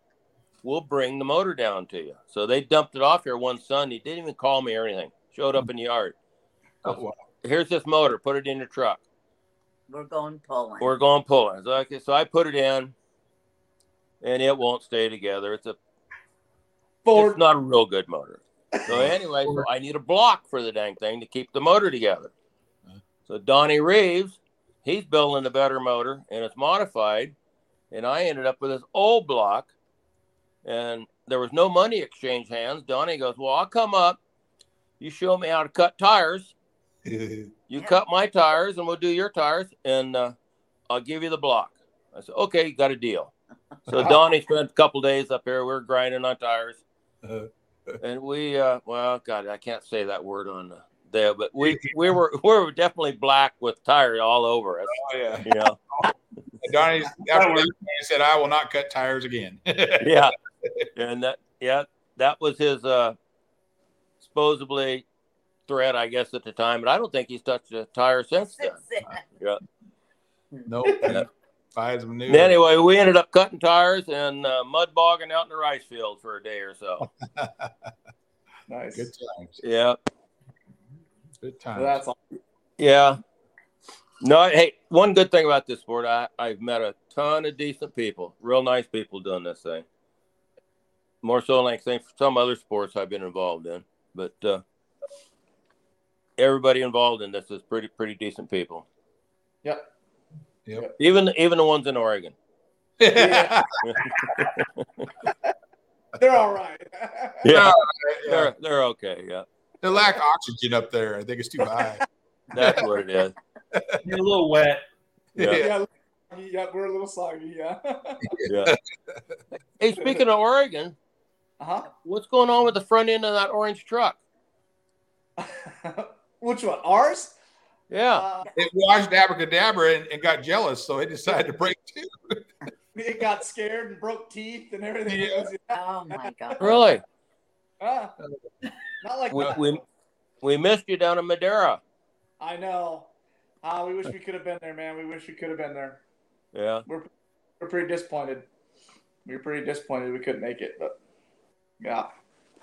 we'll bring the motor down to you." So they dumped it off here one Sunday. Didn't even call me or anything. Showed up in the yard. Oh, wow. Here's this motor. Put it in your truck. We're going Poland. We're going pulling. So, okay, so I put it in, and it won't stay together. It's a Ford. it's not a real good motor. So anyway, so I need a block for the dang thing to keep the motor together. So Donnie Reeves, he's building a better motor and it's modified, and I ended up with this old block, and there was no money exchange hands. Donnie goes, "Well, I'll come up. You show me how to cut tires. You Yeah. cut my tires, and we'll do your tires, and uh, I'll give you the block." I said, "Okay, got a deal." So Donnie spent a couple days up here. We were grinding on tires and we uh well god i can't say that word on uh, there but we we were we were definitely black with tire all over us oh yeah. you know And Donnie's after that, Donnie said, "I will not cut tires again." yeah and that yeah that was his uh supposedly threat i guess at the time but i don't think he's touched a tire since then nope. Buy some new. And anyway we ended up cutting tires and uh, mud bogging out in the rice field for a day or so Nice. Good times. yeah Good So times. that's all. Yeah. No, hey, one good thing about this sport, I, I've met a ton of decent people, real nice people doing this thing. More so than I think some other sports I've been involved in, but uh, everybody involved in this is pretty pretty decent people. Yep. Yep. Even even the ones in Oregon. yeah. They're all right. yeah. Yeah, they're they're okay. Yeah, They lack oxygen up there. I think it's too high. that's what it is. You're a little wet. Yeah. yeah. Yeah, we're a little soggy. Yeah. Yeah. hey, speaking of Oregon, Uh what's going on with the front end of that orange truck? huh. Which one? Ours? Yeah. Uh, It watched Abracadabra and, and got jealous, so it decided to break too. it got scared and broke teeth and everything. else. Yeah. Oh my god. really? Ah. not like We, we we missed you down in Madeira. I know. Ah, we wish we could have been there, man. We wish we could have been there. Yeah. We're pretty disappointed. We were pretty disappointed we couldn't make it, but yeah.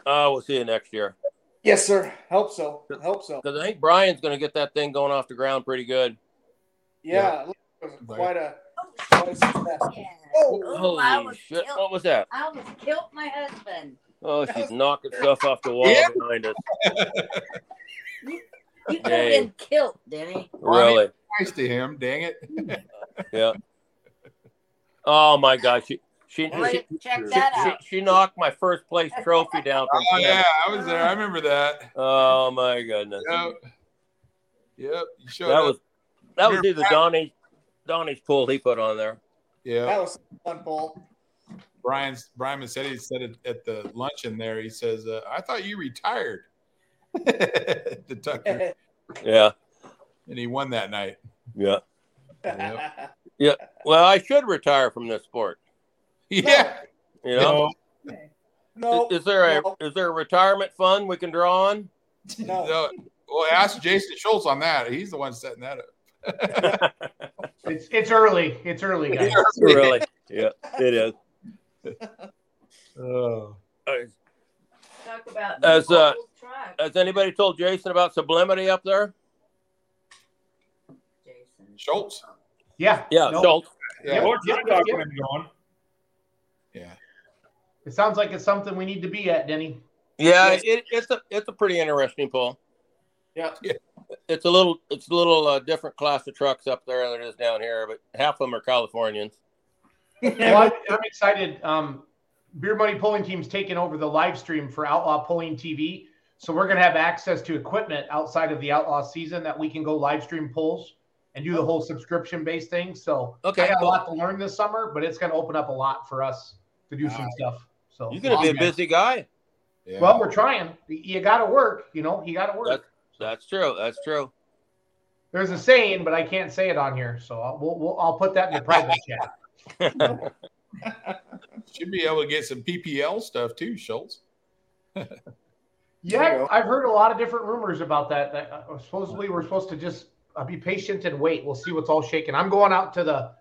Oh, we'll see you next year. Yes, sir. Hope so. Hope so. Because I think Brian's going to get that thing going off the ground pretty good. Yeah, look, it was quite a quite a success. Yeah. Oh, Ooh, Holy I was shit. killed. What was that? I almost killed my husband. Oh, she's knocking stuff off the wall Yeah. behind us. You could have Dang. been killed, Denny. Really? Nice to him. Dang it. Yeah. Oh, my God. She, she, Well, she, check she, that she, out. she knocked my first place trophy down from Oh him. yeah, I was there. I remember that. Oh, my goodness. Yep. Yep. You showed That up. was that was either Donnie, Donnie's pool he put on there. yeah. that was a fun bolt. Brian's Brian said he said it at the luncheon there. He says, uh, "I thought you retired." the Tucker, yeah. Yeah. and he won that night. Yeah. Well, I should retire from this sport. Yeah. You know? No. Is, is there a is there a retirement fund we can draw on? No. Well, ask Jason Schultz on that. He's the one setting that up. It's it's early. It's early, guys. really? Yeah, it is. Oh. Talk about As uh, Nicole's truck. has anybody told Jason about sublimity up there? Schultz. Yeah. Yeah, No. Schultz. Yeah. Or try Yep, to yep, document yep. it going. It sounds like it's something we need to be at, Denny. Yeah, Yes. it, it's a it's a pretty interesting poll. Yeah. Yeah. It's a little it's a little uh, different class of trucks up there than it is down here, but half of them are Californians. Well, I'm, I'm excited. Um, Beer Money Pulling Team's taking over the live stream for Outlaw Pulling TV, so we're gonna have access to equipment outside of the Outlaw season that we can go live stream pulls and do the whole subscription based thing. So Oh. Okay, I got cool. a lot to learn this summer, but it's gonna open up a lot for us to do some stuff. So You're gonna be a busy guy. Yeah. Well, we're trying. You got to work. You know, you got to work. That's- That's true. That's true. There's a saying, but I can't say it on here, so I'll, we'll, we'll, I'll put that in the private chat. should be able to get some PPL stuff too, Schultz. Yeah, I've heard a lot of different rumors about that. that uh, supposedly, we're supposed to just uh, be patient and wait. We'll see what's all shaken. I'm going out to the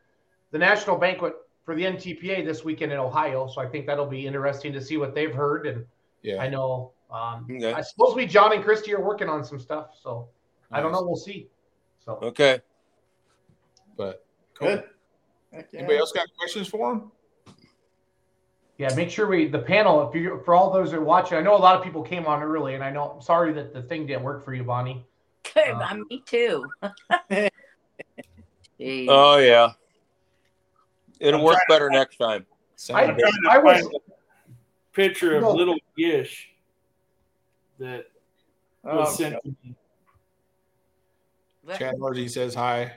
the national banquet for the NTPA this weekend in Ohio, so I think that'll be interesting to see what they've heard. And Yeah. I know, um, Okay. I suppose we John and Christy are working on some stuff, so I don't know. We'll see. So Okay. But cool. Good. Heck yeah. Anybody else got questions for him? Yeah, make sure we the panel. If you for all those that are watching, I know a lot of people came on early, and I know I'm sorry that the thing didn't work for you, Bonnie. Good, Uh, I'm- me too. Jeez. Oh yeah. It'll I'm work better next time. I, trying to I was find a picture of No. little Gish that was Oh, sent to me. But- Chad Margie says hi.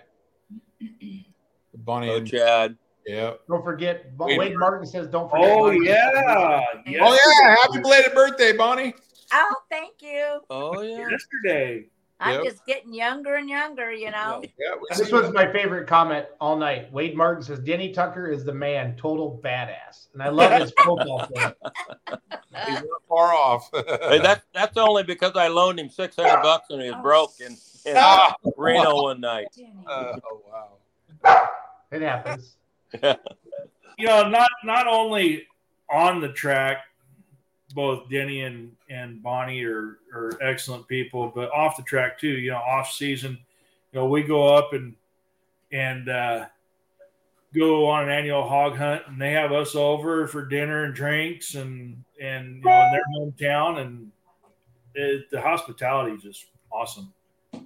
Bonnie. Oh and, Chad. yeah. don't forget. Wade, Wait. Martin says don't forget. Oh Bonnie." yeah, Oh yes. yeah! Happy belated birthday, Bonnie. Oh, thank you. Oh yeah. yesterday. I'm Yep. just getting younger and younger, you know. Yeah. we This see was you. my favorite comment all night. Wade Martin says Denny Tucker is the man, total badass, and I love his football play. He's not far off. Hey, that's that's only because I loaned him six hundred bucks and he was broke in, in Ah, Reno one night. uh, oh wow. It happens. You know, not not only on the track, both Denny and and Bonnie are are excellent people, but off the track too. You know, off season, you know, we go up and and uh, go on an annual hog hunt, and they have us over for dinner and drinks, and and you know, in their hometown, and it, the hospitality is just awesome. Yeah.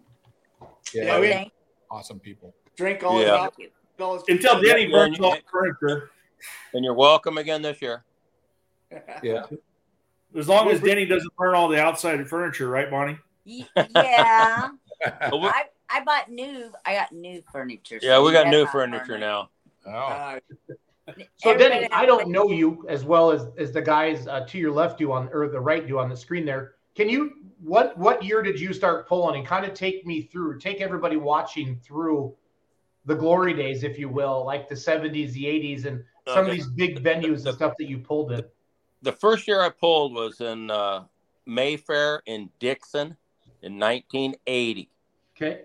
Yeah, we- Thank awesome people. Drink all Yeah. yeah. you. dollars. Until Denny burns all the furniture. And you're welcome again this year. Yeah. As long as Denny doesn't burn all the outside furniture, right, Bonnie? Y- Yeah. But we- I, I bought new I got new furniture. yeah, so we got that's new not furniture burning. now. Oh. So Everybody Denny, has I don't to- know you as well as as the guys uh, to your left do on or the right do on the screen there. Can you what what year did you start pulling and kind of take me through, take everybody watching through the glory days, if you will, like the seventies, the eighties, and some of Okay. these big venues and stuff that you pulled in. The first year I pulled was in uh, Mayfair in Dixon in 1980, Okay.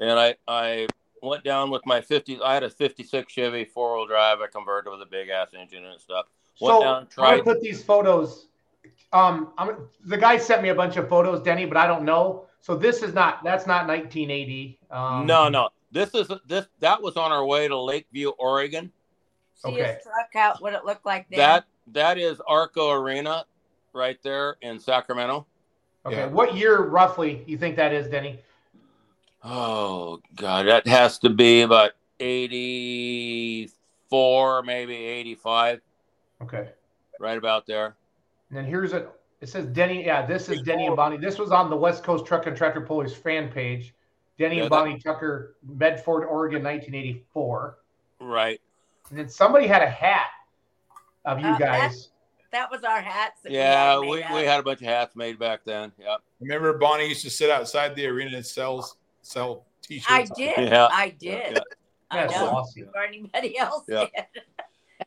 and I I went down with my 50. I had a 56 Chevy four wheel drive. I converted with a big ass engine and stuff. Went So down, I'm gonna tried. put these photos. Um, I'm the guy sent me a bunch of photos, Denny, but I don't know. So this is not that's not 1980. Um, no, no. This is this that was on our way to Lakeview, Oregon. See Okay. his truck out what it looked like then. That that is Arco Arena, right there in Sacramento. Okay, Yeah. what year roughly you think that is, Denny? Oh God, that has to be about eighty-four, maybe eighty-five, Okay. right about there. And then here's a it says Denny. Yeah, this is Denny and Bonnie. This was on the West Coast Truck and Tractor Pullers fan page. Denny Yeah, and that- Bonnie Tucker, Medford, Oregon, 1984. Right. And then somebody had a hat of you Uh, that- guys. that was our hats. that Yeah, we, we, had made we up. had a bunch of hats made back then. Yeah. Remember, Bonnie used to sit outside the arena and sell sell t-shirts. I did. Yeah. I did. Yeah. I That's know. awesome. Before anybody else Yeah. did.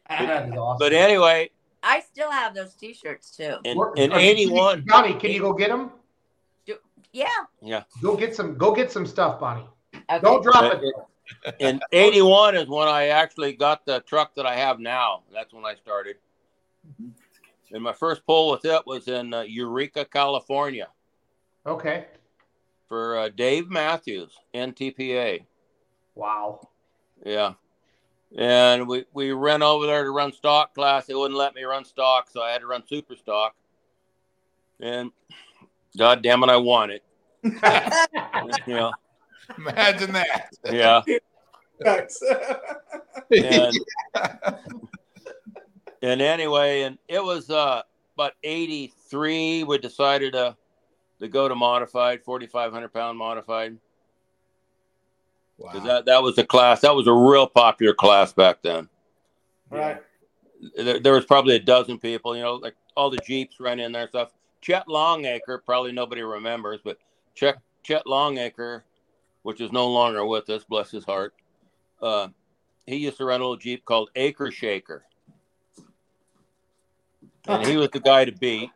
That is awesome. But anyway, I still have those T-shirts too. In, in 81. Bonnie, can you go get them? Yeah. Yeah. Go get some. Go get some stuff, Bonnie. Don't drop it. In 81 is when I actually got the truck that I have now. That's when I started. And my first pull with it was in uh, Eureka, California Okay. for uh, Dave Matthews, NTPA. Wow. Yeah. And we, we ran over there to run stock class. They wouldn't let me run stock, so I had to run super stock. And God damn it, I won it. you know, Imagine that. yeah. And, and anyway, and it was uh, about 83. We decided to, to go to modified, 4,500 pound modified. 'Cause Wow. That, that was a class, that was a real popular class back then. Right. There, there was probably a dozen people, you know, like all the Jeeps ran in there and stuff. Chet Longacre, probably nobody remembers, but Chet, Chet Longacre, which is no longer with us, bless his heart, uh, he used to run a little Jeep called Acre Shaker. And he was the guy to beat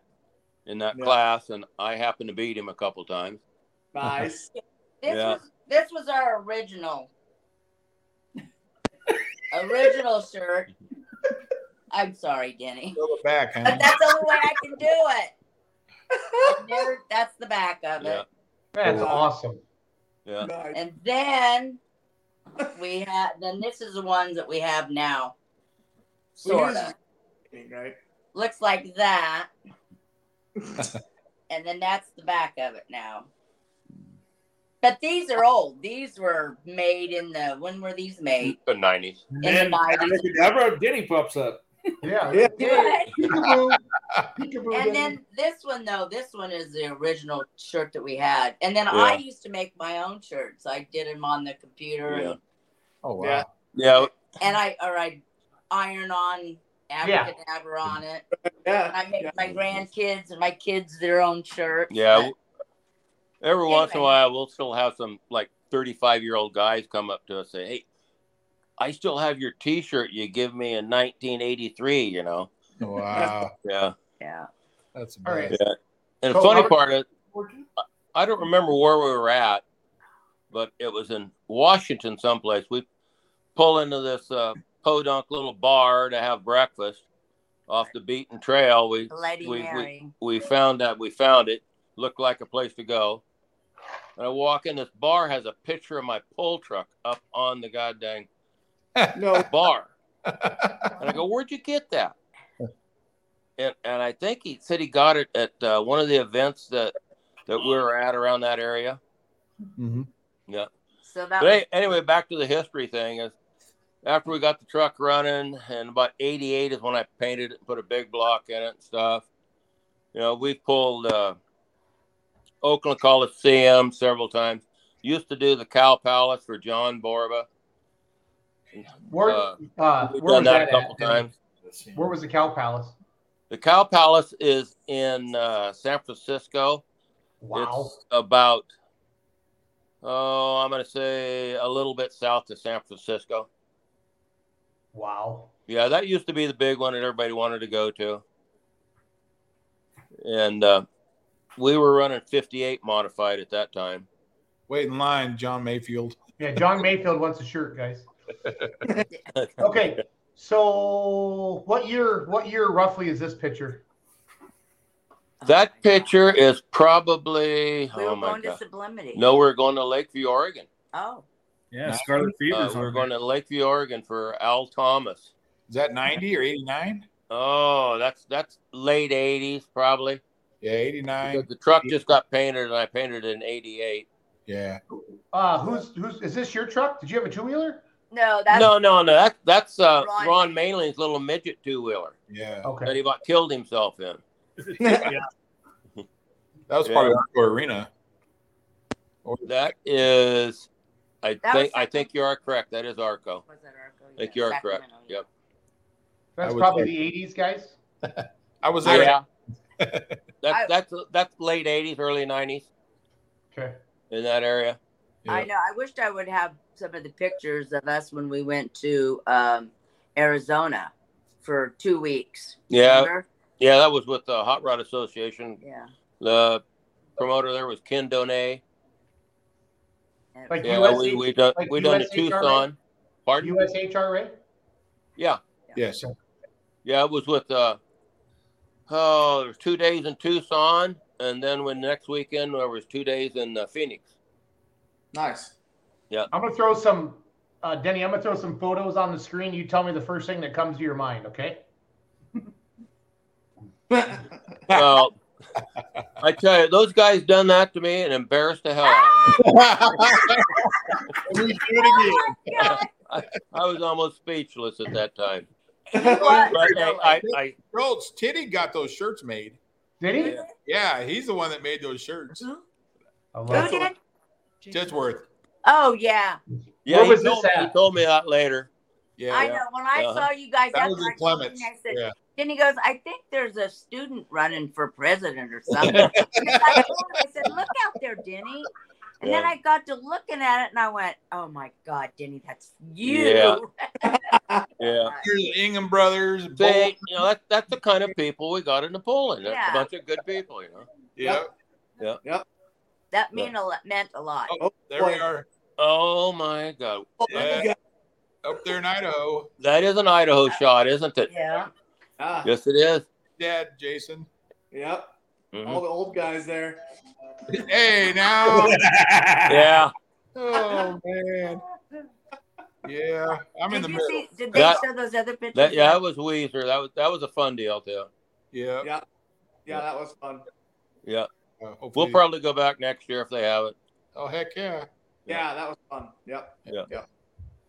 in that Yeah. class, and I happened to beat him a couple times. Nice. This Yeah. was this was our original original shirt. I'm sorry, Denny, Throw it back, huh? but that's the only way I can do it. I never- that's the back of Yeah. it. That's Wow. awesome. Yeah. Nice. And then we had then this is the ones that we have now. Sort of. Right. Looks like that. and then that's the back of it now. But these are old. These were made in the when were these made? The 90s. In the And nineties. Abracadabra, Denny pops up. Yeah. Yeah. Peekaboo. Peekaboo, And Denny. then this one though, this one is the original shirt that we had. And then I Yeah. used to make my own shirts. I did them on the computer Yeah. and Oh wow. Yeah. Yeah. and I or I iron on abracadabra on it. And Yeah. I make my grandkids and my kids their own shirts. Yeah. Every once in a Anyway. while, we'll still have some like 35 year old guys come up to us say, Hey, I still have your t shirt you give me in 1983, you know? Oh, Wow. Yeah. Yeah. That's All right. amazing. And the So funny how- part is, I don't remember where we were at, but it was in Washington someplace. We pull into this uh, podunk little bar to have breakfast off the beaten trail. We, Lady we, we, Mary. we found that we found it looked like a place to go and i walk in this bar has a picture of my pull truck up on the goddamn No. bar and i go where'd you get that and, and i think he said he got it at uh, one of the events that that we were at around that area Mhm. yeah So that but hey, anyway, back to the history thing is after we got the truck running, and about '88 is when I painted it, put a big block in it and stuff. You know, we pulled uh, Oakland Coliseum several times. Used to do the Cow Palace for John Borba. Where, uh, uh, We've where was done that, that a at, couple Denny? times. Where was the Cow Palace? The Cow Palace is in uh, San Francisco. Wow. It's about oh, I'm gonna say a little bit south of San Francisco. Wow. Yeah, that used to be the big one that everybody wanted to go to. And uh, we were running 58 modified at that time. Wait in line, John Mayfield. Yeah, John Mayfield wants a shirt, guys. Okay. So what year what year roughly is this picture? That picture is probably, we oh were my going to God. sublimity. No, we we're going to Lakeview, Oregon. Oh. Yeah, Scarlet Uh, Fever's we on we're there. going to Lakeview, Oregon for Al Thomas. Is that 90 or 89? Oh, that's that's late 80s probably. Yeah, 89. Because the truck just got painted and I painted it in 88. Yeah. Uh who's who's is this your truck? Did you have a two wheeler? No, that's no, no, no. That, that's uh, Ron- Ron Mainling's little midget two wheeler Yeah. Oh. that Okay. he about killed himself in. That was Yeah. part of Hardcore Arena. Or- That is, That I was think I Sacramento. think you are correct. That is Arco. was that Arco? I think you are correct. Sacramento, Yep. I That's was probably like- the eighties, guys. I was there. Yeah. I- That's that's that's late '80s, early '90s Okay. in that area. Yeah. I know. I wished I would have some of the pictures of us when we went to um, Arizona for two weeks. Yeah. remember? Yeah, that was with the Hot Rod Association. Yeah. The promoter there was Ken Donay. Like yeah, US E, we we done like we done the USHRA? Tucson. Pardon? USHRA. Yeah. Yes. Yeah, it was with uh oh, there was two days in Tucson, and then when next weekend there was two days in uh, Phoenix. Nice. Yeah. I'm gonna throw some, uh, Denny. I'm gonna throw some photos on the screen. You tell me the first thing that comes to your mind, okay? Well, I tell you, those guys done that to me and embarrassed the hell out of me. I, I was almost speechless at that time. But I, I, Rhodes, Titty got those shirts made. Did he? Yeah, he's the one that made those shirts. Mm-hmm. Who did? Jitsworth. Oh yeah. Yeah, Where he was this told, me- he told me that later. Uh-huh. Yeah, I know. When I saw you guys That out was there, in I told Clements. him, I said, Yeah. then he goes, I think there's a student running for president or something. Because I, told him, I said, look out there, Denny. And then Yeah. I got to looking at it and I went, oh my God, Denny, that's you. Yeah. Yeah. Here's the Ingham brothers. See, you know, that's that's the kind of people we got in Napoleon. That's Yeah. a bunch of good people, you know. Yeah. Yeah. Yep. That mean a lot, meant a lot. Oh, there we are. Oh my God. Yeah. Up there in Idaho. That is an Idaho shot, isn't it? Yeah. Ah, Yes, it is. Dad, Jason. Yep. Mhm. All the old guys there. Hey, now. Yeah. oh man. Yeah, I'm in Did the you middle. see? Did they That- show those other pictures? That yeah, that was Weezer. That was that was a fun deal too. Yeah. Yeah. Yeah, that was fun. Yeah. Uh, hopefully- We'll probably go back next year if they have it. Oh heck yeah. Yeah, that was fun. Yep. Yeah.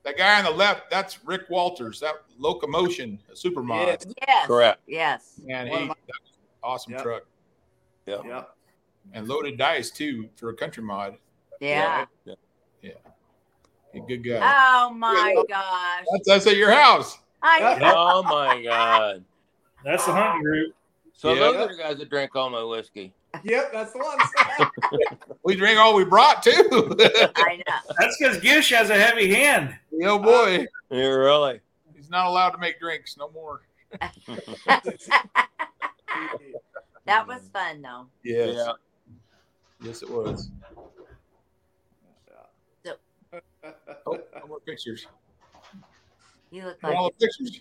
That guy on the left, that's Rick Walters. That locomotion, a supermod. Yes. Yes. Correct. Yes. Man, he, One of that my- was an awesome Yep. truck Yep. and loaded dice too for a country mod. Yeah. A good guy. Ah. Oh my gosh. that's, that's at your house. I Yeah. know. Oh my God. That's the hunting group. So Yeah. those are the guys that drink all my whiskey. Yep, that's the one. We drank all we brought too. I know. That's because Gish has a heavy hand. Yo, boy, Yeah, really. he's not allowed to make drinks no more. that was fun though. Yes. Yeah. Yes, it was. Oh, no more pictures. You look Where are all like. the pictures.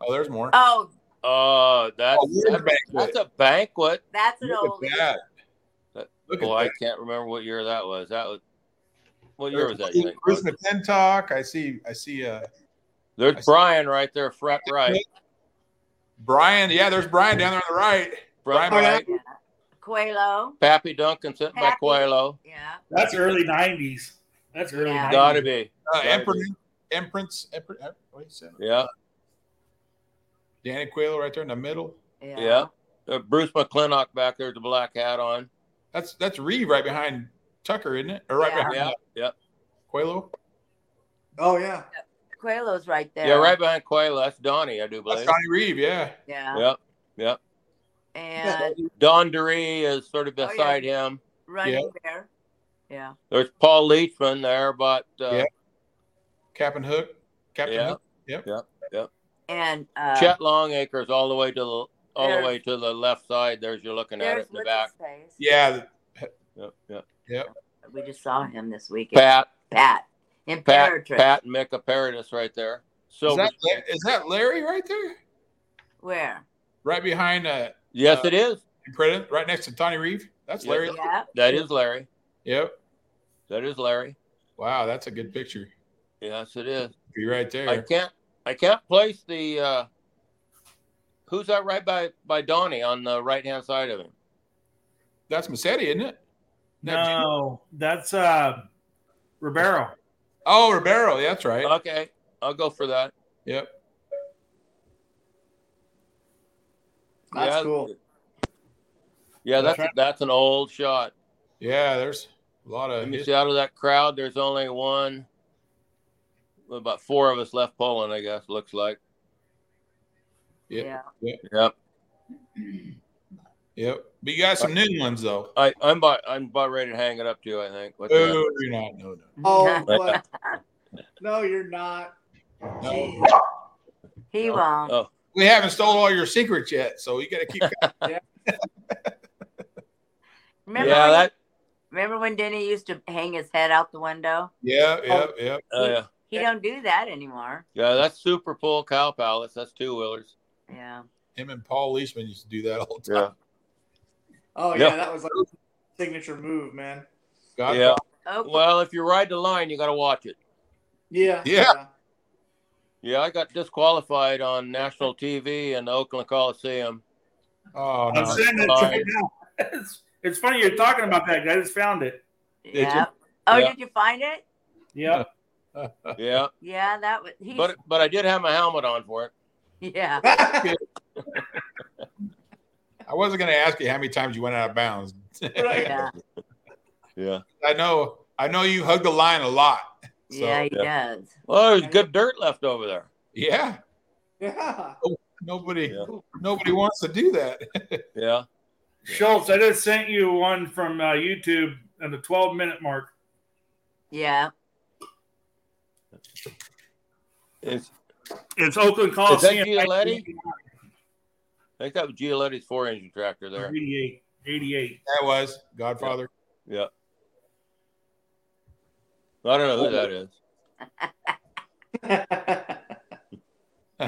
Oh, there's Uh, more. Oh, Oh, that's Oh, we're in the that's, banquet. that's a banquet. that's an Look old. at that. Look at Boy, I that. can't remember what year that was. That was what year There's was that? Bruce- Bruce Jake? McClintock. I see. I see. Uh, I There's see- Brian right there, front right. Brian. Yeah, there's Brian down there on the right. Brian Brian. right. Quelo. Pappy Duncan sent by Pappy. Quelo. Yeah. That's early '90s. That's early Yeah. '90s. Gotta be. Uh, Gotta Emperor, be. Empress. Empress. Em- What do you say? Yeah. Danny Quayle right there in the middle. Yeah. Yeah. Uh, Bruce McClintock back there with the black hat on. That's that's Reeve right behind Tucker, isn't it? Or right Yeah. behind Yeah. Yeah. Quayle. oh yeah. Quelo's right there. Yeah, right behind Quayla. That's Donnie, I do That's believe. Johnny Reeve. Yeah. Yeah. Yep. Yep. And Don Deree is sort of Oh, yeah. beside him. running there. Yeah. There's Paul Leachman there, but uh, Yeah. Captain Hook. Captain Yeah. Hook. And uh, Chet Longacre's all the way to the all There's- the way to the left side. There's you're looking at there's it in the what's back. his face. Yeah. th- Yep, yep. We just saw him this weekend. Pat, Pat. Pat, Imperatrix. Pat, and Micah Paradis right there. Is So that, is that Larry right there? Where? Right behind uh yes, it is. President, right next to Tony Reeve. That's Yeah. Larry. Yeah. That is Larry. Yep. That is Larry. Wow, that's a good picture. Yes, it is. Be right I there. can't I can't place the uh who's that right by by Donnie on the right hand side of him. That's Massetti, isn't it? No, that's uh, Ribeiro. Oh, Ribeiro. Yeah, that's right. Okay, I'll go for that. Yep. That's cool. Yeah, that's That's right. that's an old shot. Yeah, there's a lot of. Let me his- see out of that crowd. There's only one, about four of us left Poland, I guess. Looks like. Yeah. Yeah. Yep. Yep. But you got some new ones though. I I'm about I'm about ready to hang it up to you. I think. What the- Oh, you're not. No, no. Oh, but no, you're not. No. he won't. oh, we haven't stole all your secrets yet, so you got to keep. Remember, Yeah, when, that- remember when Denny used to hang his head out the window? Yeah, yeah, yeah. Oh, yeah. He don't do that anymore. Yeah, that's super pull cow pallets. That's two wheelers. Yeah. Him and Paul Leishman used to do that all the time. Oh yeah, Yeah. that was like signature move, man. yeah. Well, if you ride the line, you got to watch it. Yeah. Yeah. Yeah, I got disqualified on national TV in the Oakland Coliseum. Oh, Uh, I'm sending it right now. It's, it's funny you're talking about that. 'cause I just found it. you? Yeah. Oh, Yeah. did you find it? Yeah. Yeah, Yeah, that was he. but but I did have my helmet on for it. yeah. I wasn't going to ask you how many times you went out of bounds. Yeah. Yeah. I know. I know you hug the line a lot. So- Yeah, he does. Well, there's good dirt left over there. Yeah. Yeah. Nobody. Nobody wants to do that. Yeah. Schultz, I just sent you one from uh, YouTube at the 12 minute mark. Yeah. It's It's Oakland Is that Coliseum. Gialetti? I think that was Gioletti's four engine tractor there. 88. 88. That was Godfather. Yeah. I don't know who that is.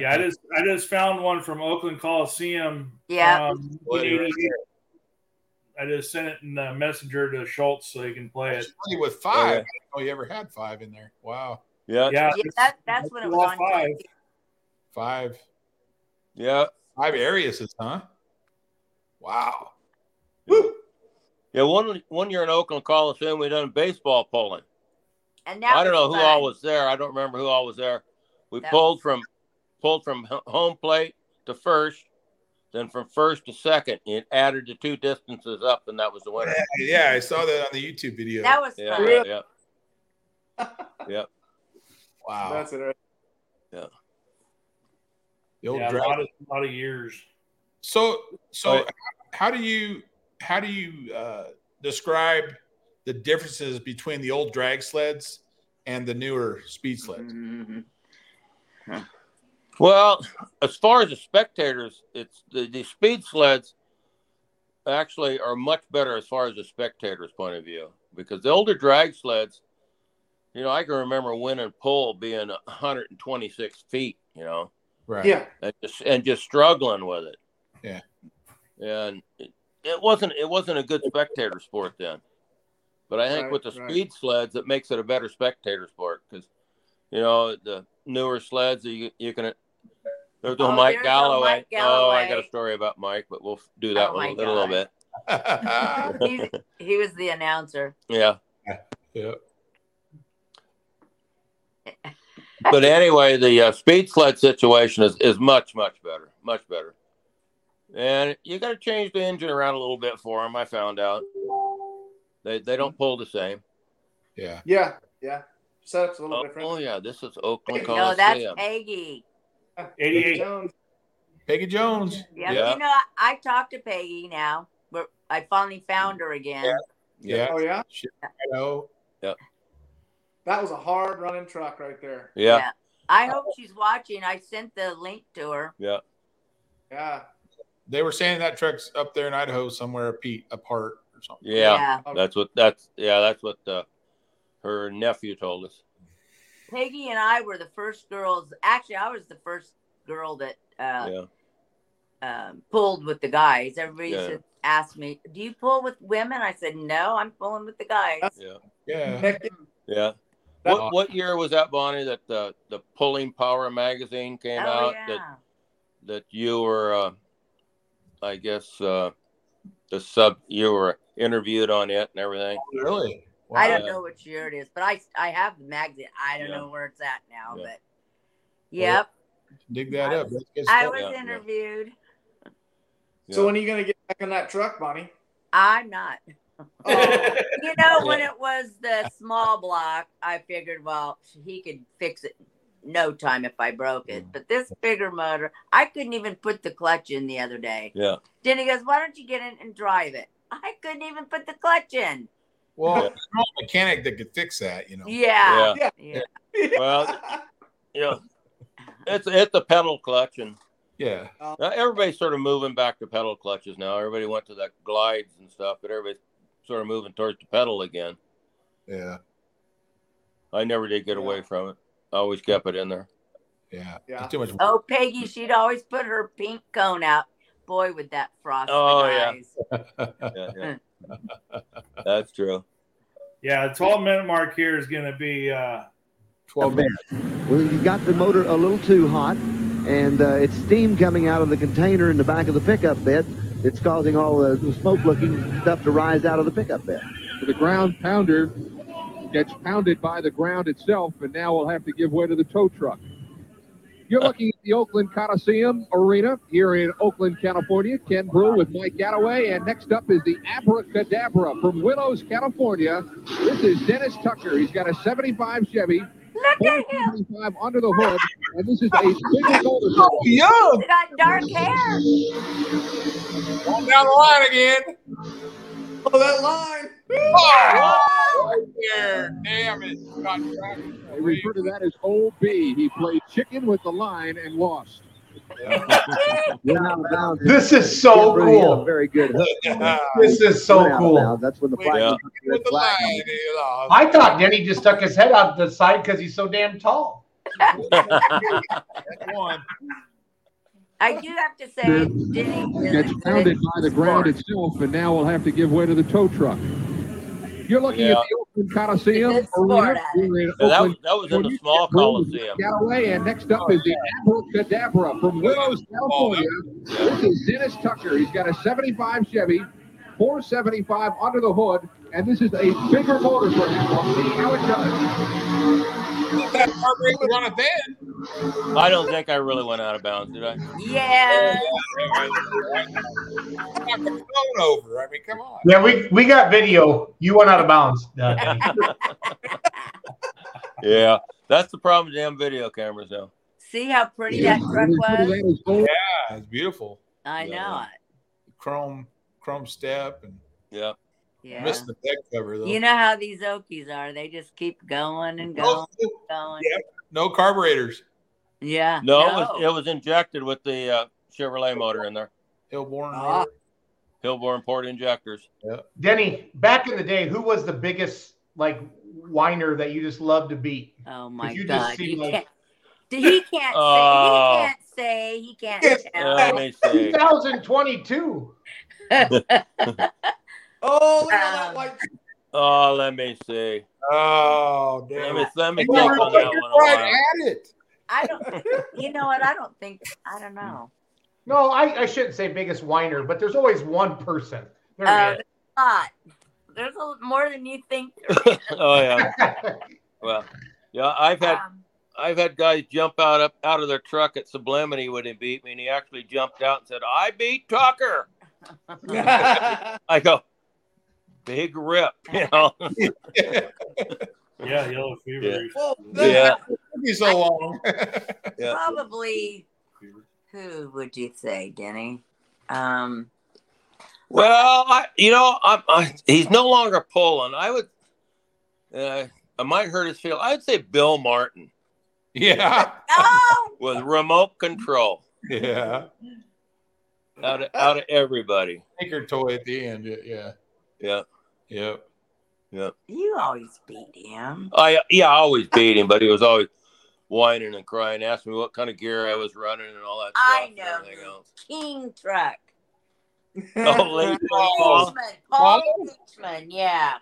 Yeah, I just I just found one from Oakland Coliseum. Yeah. um, 1988. I just sent it in the messenger to Schultz so he can play it. Only With five. Oh, you ever had five in there? Wow. Yeah. Yeah. Yeah, that, that's when it was on. five. Five. Yeah. Five Ariuses, huh? Wow. Yeah. One one year in Oakland Coliseum, we done baseball polling. And that I don't was know who fun. all was there. I don't remember who all was there. We That pulled from pulled from h- home plate to first, then from first to second. It added the two distances up, and that was the winner. Yeah, I saw that on the YouTube video. That was Yeah. fun. Yeah. yeah. Yep. Wow. That's it. Right? Yeah. The old Yeah, a drag- lot of, a lot of years. So so Right. how do you how do you uh, describe the differences between the old drag sleds and the newer speed Mm-hmm. sleds? Well, as far as the spectators, it's the, the speed sleds actually are much better as far as the spectators' point of view because the older drag sleds, you know, I can remember win and pull being 126 feet, you know, Right. Yeah. and just and just struggling with it. Yeah. and it, it wasn't it wasn't a good spectator sport then. But I think Right, with the right. speed sleds, it makes it a better spectator sport because you know the newer sleds you you can. There's the Oh, Mike there's the Galloway. Mike Oh, I got Galloway. a story about Mike, but we'll do that Oh, one my in a little bit. yeah. He's, he was the announcer. Yeah. But anyway, the uh, speed sled situation is, is much, much better. Much better. And you got to change the engine around a little bit for them. I found out they, they don't pull the same. Yeah. Yeah. Yeah. Setup's a little Oh, different. oh, yeah. This is Oakland No, that's Coliseum. Peggy. 88. Jones. Peggy Jones. Yeah, Yeah. you know, I, I talked to Peggy now. But I finally found her again. Yeah. Yeah. Oh yeah. She- you know, That was a hard running truck right there. Yeah. I hope she's watching. I sent the link to her. Yeah. Yeah. they were saying that truck's up there in Idaho somewhere, Pete, apart or something. Yeah. Yeah. That's what, that's, yeah, that's what uh, her nephew told us. Peggy and I were the first girls. Actually, I was the first girl that uh, Yeah. um, pulled with the guys. Everybody Yeah. used to ask me, "Do you pull with women?" I said, "No, I'm pulling with the guys." Yeah. Yeah. Heck, Yeah. That- What, what year was that, Bonnie, that the, the Pulling Power magazine came oh out? That yeah. that you were, uh, I guess, uh, the sub you were interviewed on it and everything. Really? I Wow. don't know which year it is, but I I have the magazine. I don't Yeah. know where it's at now, Yeah. but yep, Dig that I up. That's good I stuff. was Yeah, yeah. interviewed. So when are you gonna get back on that truck, Bonnie? I'm not. Oh, You know, when it was the small block, I figured, well, he could fix it in no time if I broke it. Mm. But this bigger motor, I couldn't even put the clutch in the other day. Yeah. Then he goes, why don't you get in and drive it? I couldn't even put the clutch in. Well, there's no mechanic that could fix that, you know. Yeah. Yeah. Well, you know, it's it's a pedal clutch, and Yeah. Now, everybody's sort of moving back to pedal clutches now. Everybody went to the glides and stuff, but everybody's sort of moving towards the pedal again. Yeah. I never did get away from it. I always kept it in there. Yeah. Yeah. Too much. Oh, Peggy, she'd always put her pink cone out. Boy, would that frost. Oh yeah. eyes. yeah, yeah. That's true. Yeah, the 12 minute mark here is going to be uh, 12 minutes. Well, you got the motor a little too hot, and uh, it's steam coming out of the container in the back of the pickup bed. It's causing all the smoke looking stuff to rise out of the pickup bed. The ground pounder gets pounded by the ground itself, and now will have to give way to the tow truck. You're looking at the Oakland Coliseum Arena here in Oakland, California. Ken Brew with Mike Galloway, and next up is the Abracadabra from Willows, California. This is Dennis Tucker. He's got a 75 Chevy, 475 under the hood, and this is a single motor. She's got dark hair. Going down the line again. Oh, that line. Oh, there. Damn it. Got tracked. They refer to that as OB. He played chicken with the line and lost. This is so Really had a cool. Very good. hook. This is so Went out of cool. bounds. That's when the flag. Yeah. red flag. I thought Denny just stuck his head out the side because he's so damn tall. That one. I do have to say, Denny is Gets pounded by the ground itself, and now will have to give way to the tow truck. You're looking Yeah. at the Oakland Coliseum sport Arena. at We're in Yeah, that Oakland, was that was in California. the small Ken Brew with coliseum. Mike Galloway, and next up is the Abracadabra from Willows, Oh, California. This is Dennis Tucker. He's got a 75 Chevy, 475 under the hood, and this is a bigger motor for him. We'll see how it does. That heartbreak was on it then. I don't think I really went out of bounds, did I? Yeah. Knock the cone over. I mean, come on. Yeah, we, we got video. You went out of bounds. Uh, Denny. Yeah. That's the problem with damn video cameras now. See how pretty that truck was? That is old Yeah, it's beautiful. I know. it. Chrome, chrome step, and Yeah. Yeah. missed the deck cover though. You know how these Okies are. They just keep going and going no, and going. Yeah. no carburetors. Yeah. No, it was it was injected with the uh, Chevrolet motor in there. Hillborn. Ah. Hillborn port injectors. Denny, back in the day, who was the biggest like whiner that you just loved to beat? Oh my you just God. seem You like- can't. He can't Oh. say. He can't Yes. say. He can't Yeah, let tell. me see. 2022. Oh, look at that Um, white. Oh, let me see. Oh, Let damn me it. let me You think were on that looking one a right while. at it. I don't. You know what? I don't think. I don't know. No, I, I shouldn't say biggest whiner, but there's always one person. There Uh, it is. there's a lot. There's a more than you think. Oh yeah. Well, yeah, I've had Um, I've had guys jump out up out of their truck at Sublimity when he beat me, and he actually jumped out and said, "I beat Tucker." I go, big rip, you know. yeah, yellow fever. Whoa, yeah, Took you so long. yeah. probably. Who would you say, Denny? Um. Well, I, you know, I'm, I, he's no longer pulling. I would, uh, I might hurt his feel. I'd say Bill Martin yeah. Oh, with remote control Yeah. out of out of everybody. Anchor toy at the end. Yeah. Yeah, Yep. you always beat him. I yeah, I always beat him, but he was always whining and crying, asking me what kind of gear I was running and all that. I stuff and know everything who. else. King Truck. Oh, Lee Paul. Paul, Paul Leachman, yeah.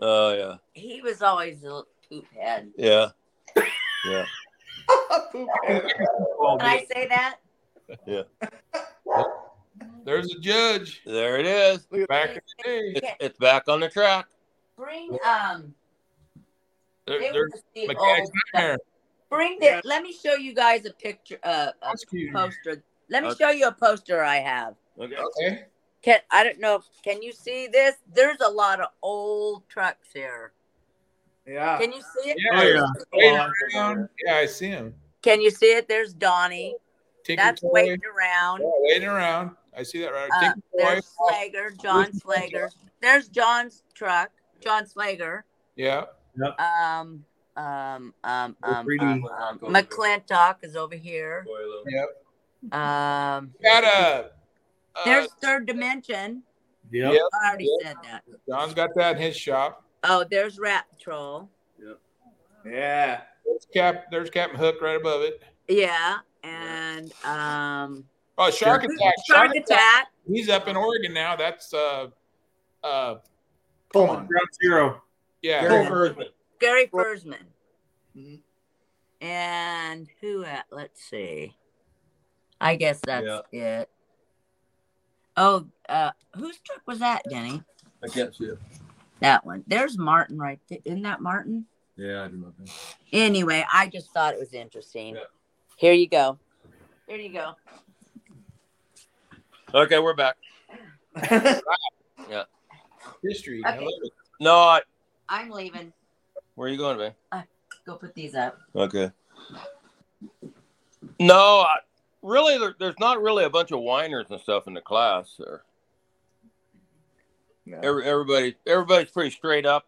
Oh yeah, He was always a little poop head. yeah. Poop head. Can I say that? There's a judge There it is. back in the day. It's, it's back on the track. Bring um There, they there's were just the old mechanics in there. bring the let me show you guys a picture uh, a That's cute. poster. Let me Okay. show you a poster I have. Okay. Okay. Can I don't know if can you see this? There's a lot of old trucks here. Yeah. Can you see it? Yeah. yeah. Waiting around. Yeah, I see him. Oh, Can you see it? There's Donnie. Tinker That's toy. waiting around. Yeah, waiting around. I see that right. Uh, Tinker there's toy. Slager, John Slager. There's John's truck, John Slager. Yeah. Um, um, um, um, Reading um, what um, I've got over McClintock is over here. Yep. Um, Got a. there's Uh, third dimension. Yep. I already said that. John's got that in his shop. Oh, there's Rat Patrol. Yeah. There's Cap. There's Captain Hook right above it. Yeah, and um, Oh, Shark Shark Attack. Attack. He's up in Oregon now. That's uh, uh, Coleman. Ground zero. yeah. Gary Fursman. Gary Fursman. And who at? Let's see. I guess that's it. Oh, uh, whose truck was that, Denny? I can't see it. That one. There's Martin right there. Isn't that Martin? Yeah, I do not. know. Anyway, I just thought it was interesting. Here you go. There you go. Okay, we're back. yeah. History. I Okay. love No, I- I'm leaving. where are you going, man? Uh, go put these up. Okay. No, I, really, there, there's not really a bunch of whiners and stuff in the class. Or Every, everybody, everybody's pretty straight up.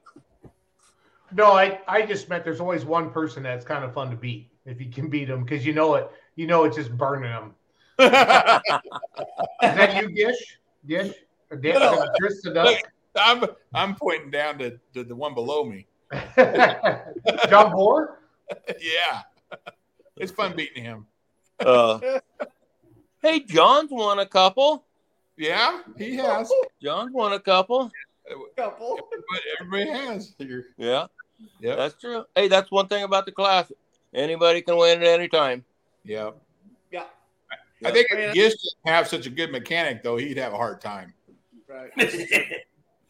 No, I, I just meant there's always one person that's kind of fun to beat if you can beat them because you know it. You know it's just burning them. Uh, Is that you, Gish? Gish? Or Dish? No. Chris the Look, Duck? I'm I'm pointing down to, to the one below me. John Bohr? yeah. It's fun beating him. Uh, hey, John's won a couple. Yeah, he has. John's won a couple. Couple. Everybody has. Here. Yeah. Yeah. That's true. Hey, that's one thing about the class. Anybody can win at any time. Yeah. Yeah. I think if Gish didn't have such a good mechanic, though, he'd have a hard time. well,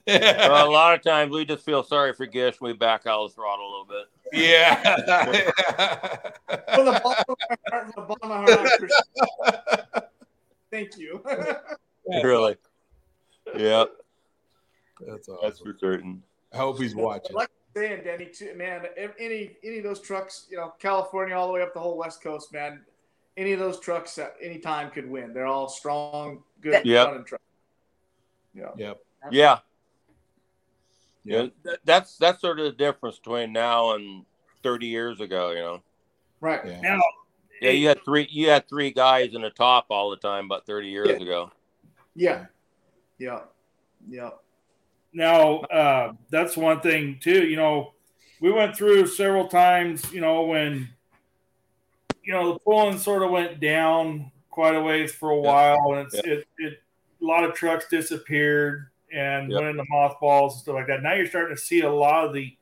a lot of times we just feel sorry for Gish. We back out the throttle a little bit. Yeah. From the bottom of my heart, from the bottom of my heart, I appreciate it. Thank you. Really. Yeah. That's, that's for certain. I hope he's watching. like I'm saying, Danny, too, man, if any any of those trucks, you know, California all the way up the whole West Coast, man, any of those trucks at any time could win. They're all strong, good Yep. running trucks. Yeah. Yep. Yeah. Yeah. Th- That's that's sort of the difference between now and 30 years ago. You know. Right. Now, Yeah, you had three. You had three guys in the top all the time about 30 years ago. Yeah. Yeah. Yeah. Now, uh, that's one thing too. You know, we went through several times. You know, when you know the pulling sort of went down quite a ways for a while, and it's it, it a lot of trucks disappeared and Yep. went into mothballs and stuff like that. Now you're starting to see a lot of the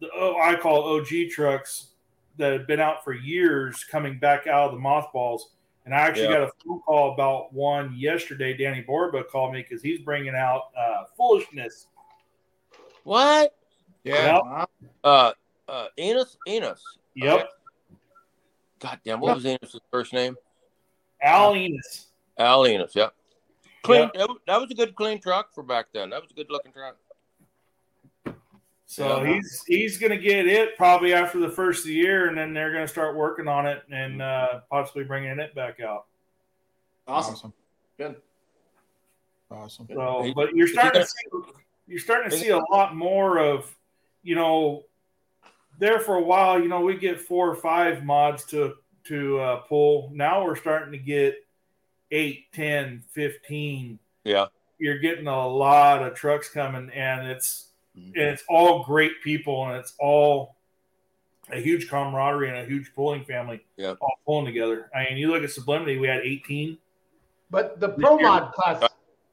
the oh, I call OG trucks that have been out for years coming back out of the mothballs. And I actually Yeah. got a phone call about one yesterday. Danny Borba called me because he's bringing out uh, foolishness. What? Yeah. Uh, uh, Enos. Enos. Yep. God damn. What was Enos' first name? Al Enos. Al Enos. Yep. Clean. That, wa- that was a good clean truck for back then. That was a good looking truck. So Yeah. he's he's gonna get it probably after the first of the year, and then they're gonna start working on it and uh, possibly bringing it back out. Awesome. Good. Awesome. So, but you're starting to see you're starting to see a lot more of, you know, there for a while. You know, we get four or five mods to to uh, pull. Now we're starting to get eight, 10, 15. Yeah. You're getting a lot of trucks coming, and it's Mm-hmm. and it's all great people, and it's all a huge camaraderie and a huge pulling family. Yeah. All pulling together. I mean, you look at Sublimity, we had 18. But the pro mod class,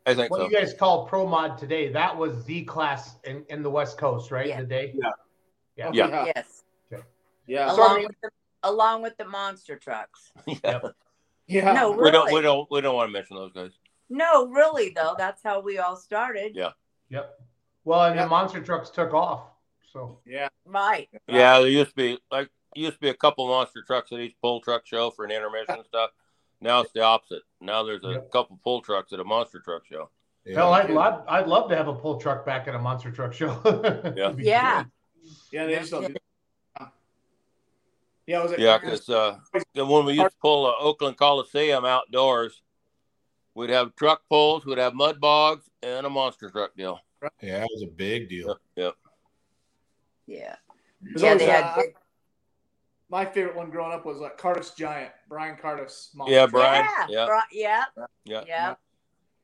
I think what so. you guys call pro mod today, that was the class in, in the West Coast, right? The day? Yeah. Yeah. Yeah. Yes. Okay. Yeah. So, I Along mean, with the along with the monster trucks. Yeah. Yeah. No, We don't. We really. don't. We don't want to mention those guys. No, really though, that's how we all started. Yeah. Yep. Well, and the monster trucks took off. So yeah. Right. Yeah, there used to be like used to be a couple monster trucks at each pull truck show for an intermission and stuff. Now it's the opposite. Now there's a couple pull trucks at a monster truck show. Hell, I'd love, I'd love to have a pull truck back at a monster truck show. Yeah. Yeah. Yeah, they just don't do Yeah, was it Yeah, because uh, 'cause when we used to pull the Oakland Coliseum outdoors, we'd have truck pulls, we'd have mud bogs, and a monster truck deal. Yeah, that was a big deal. Yep. Yeah. There's yeah, always they a- had big, uh, my favorite one growing up was like Cardiff's Giant, Brian Cardiff's mom. Yeah, Brian. Yeah. Yeah. Bri- Yeah. Yeah. Yeah.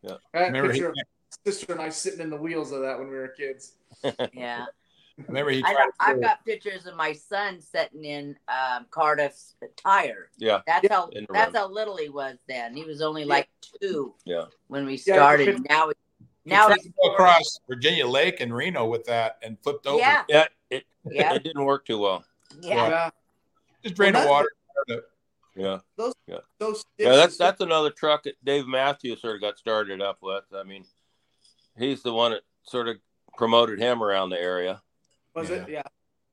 Yeah. I had a Remember he- picture of my sister and I sitting in the wheels of that when we were kids. Yeah. Remember he I tried know, I've to- got pictures of my son sitting in um, Cardiff's tire. Yeah. That's how In the that's room. how little he was then. He was only like two Yeah. when we Yeah, started. because- now, he- he now tried he's to go across Virginia Lake and Reno with that and flipped over. Yeah. Yeah. It, Yeah. it didn't work too well. yeah. Just drain the Well, water. Yeah. Those Yeah. those Yeah, that's that's another truck that Dave Matthews sort of got started up with. I mean, he's the one that sort of promoted him around the area. was it? Yeah.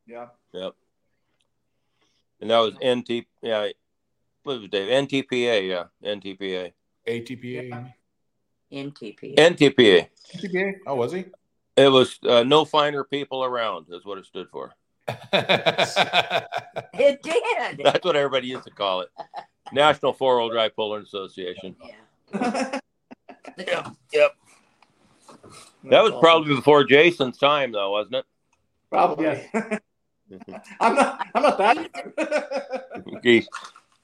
Yeah. Yep. And that was NT. Yeah, what was it, Dave? NTPA. Yeah, NTPA. ATPA. NTP. NTPA. ATPA. Oh, was he? It was uh, no finer people around. Is what it stood for. It did. That's what everybody used to call it. National Four Wheel Drive Puller Association. yep. Yep. That was probably before Jason's time, though, wasn't it? Probably. Mm-hmm. I'm not. I'm not that. Geez.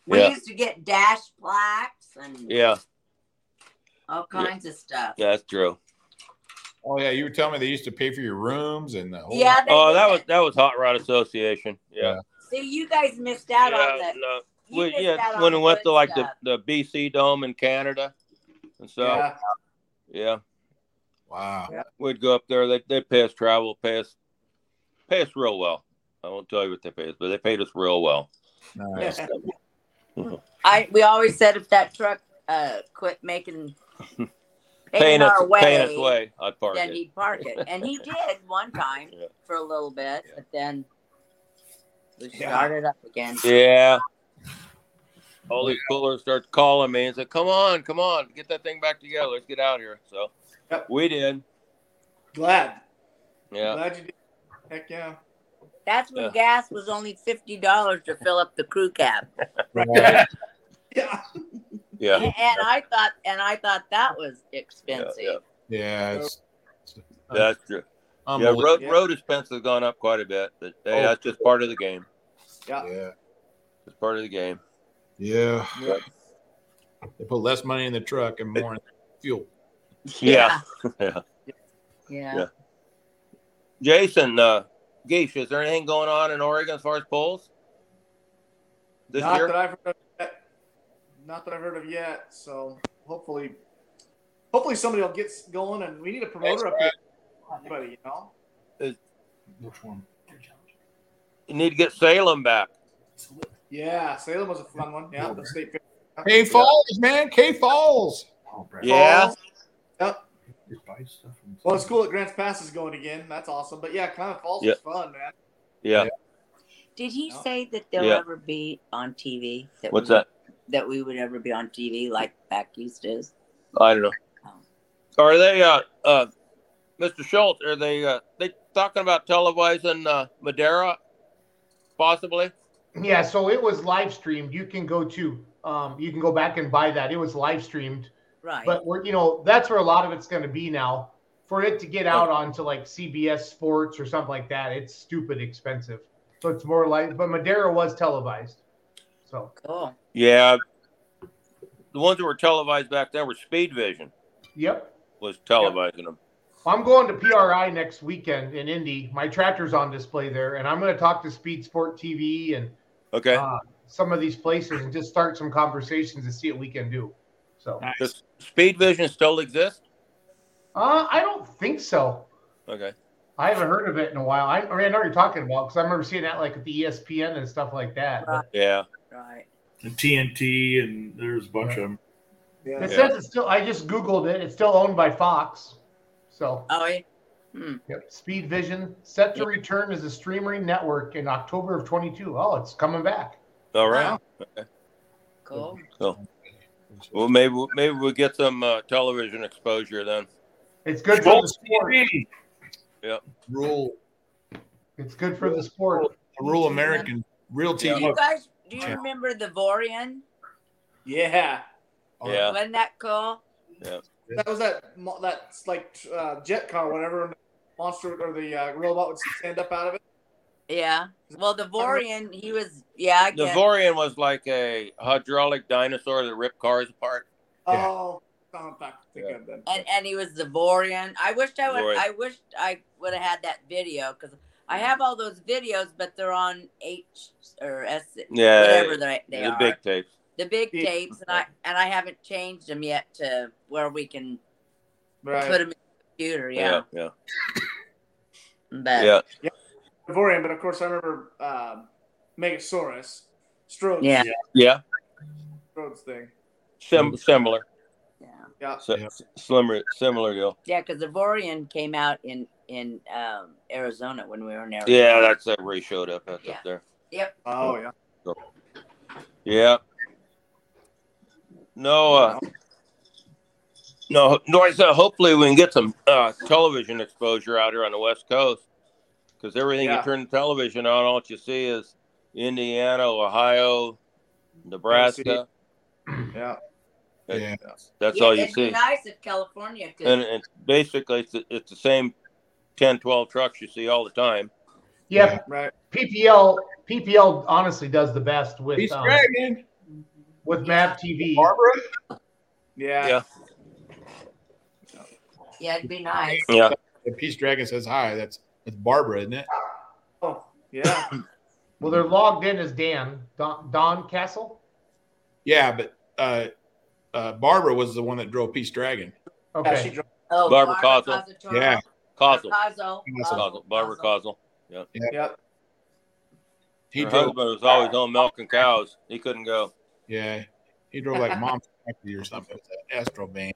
We Yeah. used to get dash plaques and Yeah. all Yeah. kinds of stuff. That's true. Oh yeah, you were telling me they used to pay for your rooms and the whole Yeah, they Oh, that was that was Hot Rod Association. Yeah. See, you guys missed out on Yeah, that. no. you We- missed out yeah, on when the it went good to like the, stuff. the BC Dome in Canada and so yeah. Yeah. Wow. We'd go up there. They they pay us travel, pay us pay us real well. I won't tell you what they paid us, but they paid us real well. Nice. I we always said if that truck uh quit making paying us our way, paying us way, I'd park then it. he'd park it, and he did one time Yeah. for a little bit, but then we started up again. Yeah. All these pullers start calling me and say, "Come on, come on, get that thing back together. Let's get out of here." So we did. Glad. Yeah. Glad you did. Heck yeah. That's when Yeah. gas was only fifty dollars to fill up the crew cab, and, Yeah. and I thought, and I thought that was expensive. Yeah. It's, That's true. Yeah, Unbelievable. road road expense has gone up quite a bit, but um, hey, Oh. that's just part of the game. yeah. It's part of the game. Yeah. They put less money in the truck and more in fuel. Yeah. yeah. Yeah. Yeah. Jason, uh, Geesh, is there anything going on in Oregon as far as polls this not year? that I've heard of yet. Not that I've heard of yet. So hopefully, hopefully somebody will get s- going, and we need a promoter up here. Anybody, you know? Which one? you need to get Salem back. Yeah, Salem was a fun one. Yeah, the state. fair. K Falls, man. K Falls. Oh, Yeah. Yep. Well, it's cool that Grants Pass is going again. That's awesome. But yeah, Climate Falls Yeah. is fun, man. Yeah. Did he say that they'll Yeah. ever be on TV? That What's we- that? That we would ever be on TV like back Um, used to. I don't know. Are they, uh, uh, Mr. Schultz? Are they uh, they talking about televising uh, Madeira, possibly? Yeah, so it was live streamed. You can go to, um, you can go back and buy that. It was live streamed, Right. but we're, you know, that's where a lot of it's going to be now. For it to get out onto like CBS Sports or something like that, it's stupid expensive. So it's more like, but Madeira was televised. So cool. Yeah. The ones that were televised back then were Speed Vision Yep. was televising them. I'm going to PRI next weekend in Indy. My tractor's on display there, and I'm going to talk to Speed Sport TV and Okay. uh, some of these places and just start some conversations and see what we can do. So Does Speed Vision still exist? uh, I don't think so. Okay. I haven't heard of it in a while. I, I mean, I know what you're talking about because I remember seeing that like at the E ESPN and stuff like that. but Yeah. Right. And TNT, and there's a bunch of them. Yeah. It says it's still. I just googled it. It's still owned by Fox. So Oh, yeah. Hmm. Yep. Speed Vision set to return as a streaming network in October of 22. Oh, it's coming back. All right. Okay. Cool. Cool. Well, maybe we'll- maybe we'll get some uh, television exposure then. It's good for the Schultz sport. Yep. Rule. It's good for the sport. Rule American. Real Do TV. you guys do you Yeah. remember the Vorian? Yeah. Oh, Yeah. Wasn't that cool? Yeah. That was that mo- that like uh, jet car, whatever monster or the uh, robot would stand up out of it. Yeah. Well, the Vorian, he was. Yeah, I The guess. Vorian was like a hydraulic dinosaur that ripped cars apart. Oh, I'm not thinking of them. and and he was the Vorian. I wished I would. Vorian. I wished I would have had that video because I have all those videos, but they're on H or S. Yeah, whatever they, they the are. big tapes. the big tapes, and I and I haven't changed them yet to where we can Right. put them in the computer. Yeah. yeah, yeah. But- Yeah. Vorian, but of course I remember um, Megasaurus, Strode's, Yeah. Yeah. Strode's thing. Sim- similar. Yeah. Si- Similar. Similar deal. Yeah, because the Vorian came out in in um, Arizona when we were in Arizona. Yeah, that's uh, where he showed up. That's Yeah. up there. Yep. Oh yeah. So, yeah. No. Uh, no. No. I said hopefully we can get some uh, television exposure out here on the West Coast because everything Yeah. you turn the television on, all you see is Indiana, Ohio, Nebraska. Yeah. That- That's Yeah, all you it'd see. Be nice if California could. and, and basically it's the, it's the same 10 12 trucks you see all the time Yeah, right. PPL PPL honestly does the best with He's um, dragging. with Map TV. Barbara. Yeah. yeah yeah, it'd be nice. Yeah. If Peace Dragon says hi, that's that's Barbara, isn't it? Oh, yeah. well, they're logged in as Dan Don, Don Castle. Yeah, but uh, uh, Barbara was the one that drove Peace Dragon. Okay. Yeah, she drove- Oh, Barbara Barbara Cosell. Cosell. Yeah. Cosell. Cosell. Cosell. barbara Cosell. yeah Yep. he He her drove- husband was always on milking cows he couldn't go Yeah, he drove like Mom's Factory or something. It was an Astro van.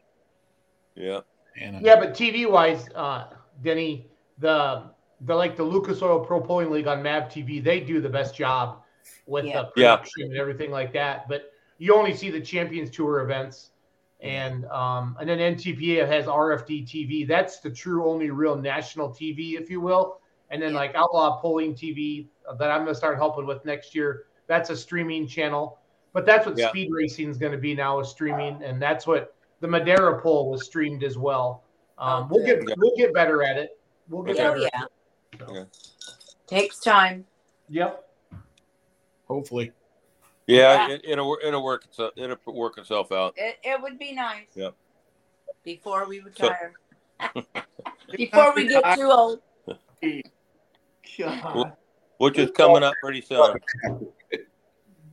Yeah. And, uh, Yeah, but TV wise, uh, Denny, the the like the Lucas Oil Pro Polling League on Mab TV, they do the best job with the Yeah. production and everything like that. But you only see the Champions Tour events, and um, and then NTPA has RFD TV. That's the true only real national TV, if you will. And then like Outlaw Polling TV uh, that I'm gonna start helping with next year. That's a streaming channel. But that's what Yeah. speed racing is going to be now is streaming, and that's what the Madeira poll was streamed as well. Um, we'll get Yeah. we'll get better at it. We'll get Oh, Yeah, better. yeah. At it. yeah Takes time. Yep. Hopefully. yeah it, it'll wor- it'll work itself it'll work itself out It, it would be nice yeah before we So- retire. before we get too old. Oh, Wh- which is coming up pretty soon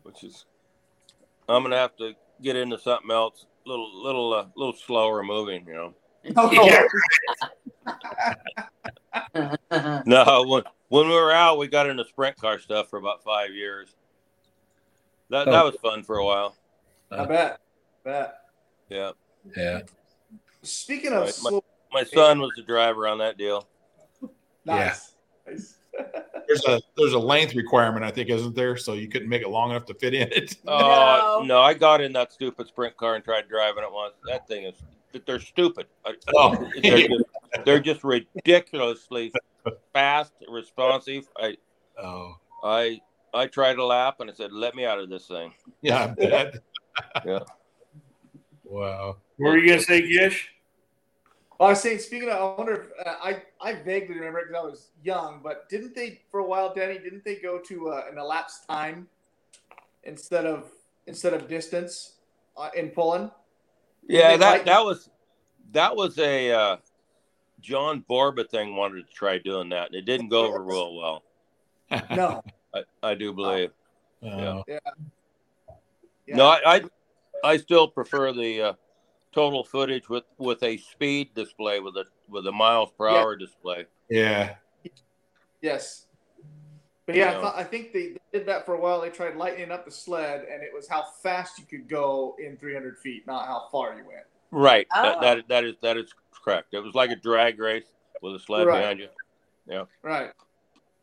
which is i'm gonna have to get into something else little little uh, little slower moving you know Uh-huh. No, when, when we were out, we got into sprint car stuff for about five years. That that was fun for a while. I bet. Bet. Yeah. Yeah. Speaking of My- slow, My son was the driver on that deal. nice. There's a there's a length requirement, I think, isn't there? So you couldn't make it long enough to fit in it. Oh no. I got in that stupid sprint car and tried driving it once. That thing is they're stupid. I- Oh. they're, just, they're just ridiculously fast, responsive. I oh. I I tried a lap and I said, "Let me out of this thing." Yeah, I bet. Yeah. Wow. What were you gonna say, Gish? Well, I was saying, speaking of, I wonder if uh, I, I vaguely remember because I was young, but didn't they, for a while, Danny, didn't they go to uh, an elapsed time instead of instead of distance uh, in Poland? Yeah, Didn't they that lighten- that was that was a uh, John Borba thing. Wanted to try doing that, and it didn't go over real well. No. I, I do believe. Oh, yeah. Yeah. No, I, I I still prefer the uh, total footage with with a speed display with a with a miles per Yeah. hour display. Yeah. Yes. But yeah, Yeah. I, thought, I think they did that for a while. They tried lightening up the sled, and it was how fast you could go in 300 feet, not how far you went. Right. Oh. That, that that is that is correct. It was like a drag race with a sled Right. behind you. Yeah. Right.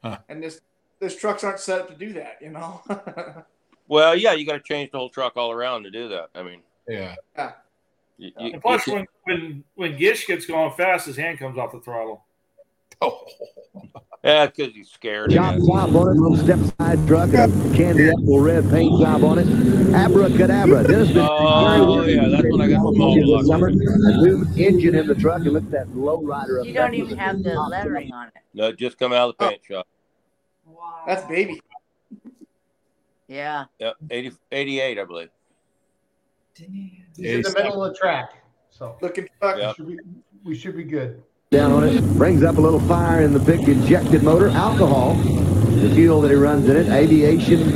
Huh. And this, those trucks aren't set up to do that, you know? Well, yeah, you got to change the whole truck all around to do that. I mean, Yeah. yeah. you, you- And plus, you- when, when when Gish gets going fast, his hand comes off the throttle. yeah, because he's scared. Chop job on it, little step side truck, and a candy apple red paint job on it. Abracadabra. Dennis been Oh yeah, that's when I got small this block. summer. New engine in the truck, and look at that low rider up You there. don't even have the lettering on it. Oh. No, it just come out of the paint shop. Wow. That's baby. Yeah. Yeah, 80, 88, I believe. He's in the middle of the track. So looking Yeah. should be, we should be good. down on it, brings up a little fire in the big injected motor. Alcohol, the fuel that he runs in it. Aviation,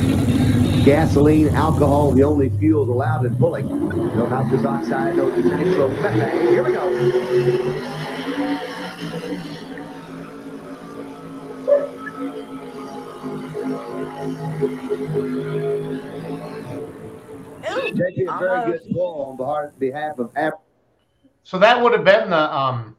gasoline, alcohol, the only fuels allowed in pulling. No nitrous oxide, no nitromethane. Here we go. Taking a Uh-huh. very good pull on behalf- behalf of Africa. So that would have been the um,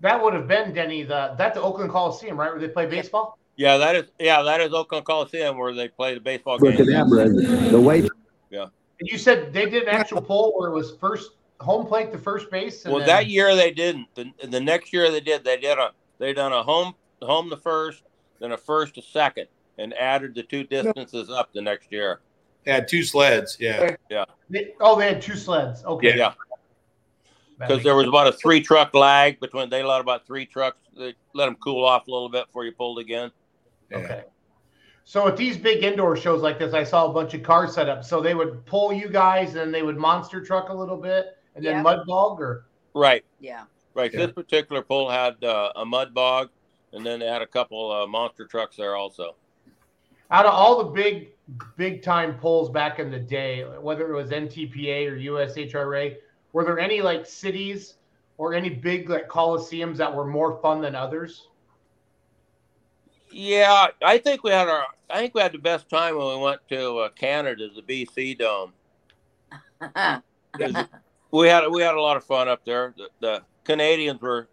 that would have been Denny the that the Oakland Coliseum right where they play baseball. Yeah, that is yeah, that is Oakland Coliseum where they play the baseball game. Abracadabra, the way Yeah. And you said they did an actual poll where it was first home plate to first base. And Well, then- that year they didn't. The, the next year they did. They did a they done a home home to first, then a first to second, and added the two distances up the next year. They had two sleds. Yeah. Yeah. They- oh, they had two sleds. Okay. Yeah. That Because there was about a three truck lag between they let about three trucks. They let them cool off a little bit before you pulled again. Okay. So at these big indoor shows like this, I saw a bunch of cars set up. So they would pull you guys, and then they would monster truck a little bit, and then Yeah. mud bog or Right. Yeah. Right. This particular pull had uh, a mud bog, and then they had a couple uh, monster trucks there also. out of all the big big time polls back in the day, whether it was NTPA or USHRA, were there any like cities or any big like coliseums that were more fun than others? Yeah, I think we had our. I think we had the best time when we went to uh, Canada, the BC Dome. We had we had a lot of fun up there. The, the Canadians were,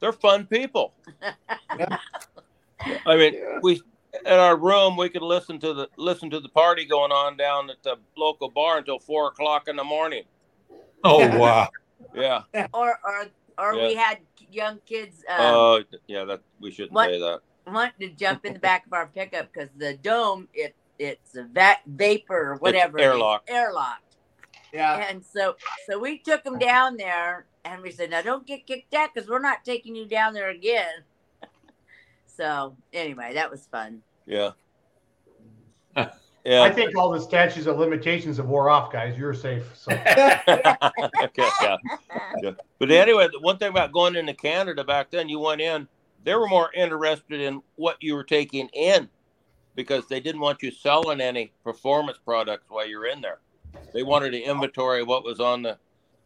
they're fun people. I mean, we in our room we could listen to the listen to the party going on down at the local bar until four o'clock in the morning. Oh wow. Yeah. or or or we Yeah. had young kids um, Oh yeah, that we shouldn't What- say that. wanting to jump in the back of our pickup because the dome it it's a va- vapor or whatever it is, airlock. airlocked. Yeah. And so so we took them down there and we said, now don't get kicked out because we're not taking you down there again. so anyway, that was fun. Yeah. yeah. I think all the statutes of limitations have wore off, guys. You're safe. So. okay, yeah. yeah. But anyway, the one thing about going into Canada back then, you went in, they were more interested in what you were taking in because they didn't want you selling any performance products while you're in there. They wanted to inventory what was on the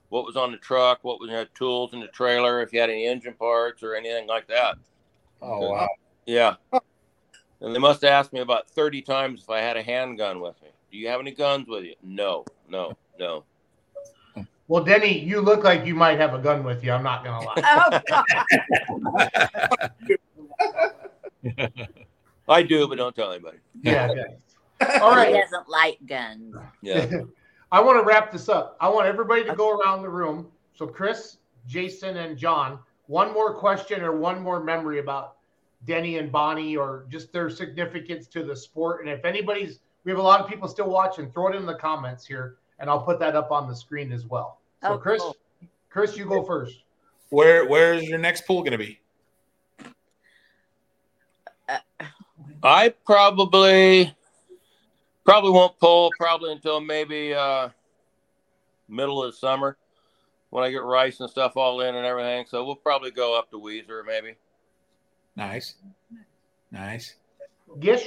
what was on the truck, what was you know, tools in the trailer, if you had any engine parts or anything like that. Oh wow. Yeah. And they must have asked me about 30 times if I had a handgun with me. Do you have any guns with you? No, no, no. Well, Denny, you look like you might have a gun with you. I'm not gonna lie. Oh, God. I do, but don't tell anybody. yeah. All right. He doesn't like guns. Yeah. I want to wrap this up. I want everybody to go around the room. So, Chris, Jason, and John, one more question or one more memory about Denny and Bonnie or just their significance to the sport. And if anybody's, we have a lot of people still watching, throw it in the comments here and I'll put that up on the screen as well. So, Oh, Chris, cool. Chris, you go first. Where where's your next pool gonna be? I probably probably won't pull probably until maybe uh middle of the summer when I get rice and stuff all in and everything. So we'll probably go up to Weezer maybe. Nice. Nice. Gish?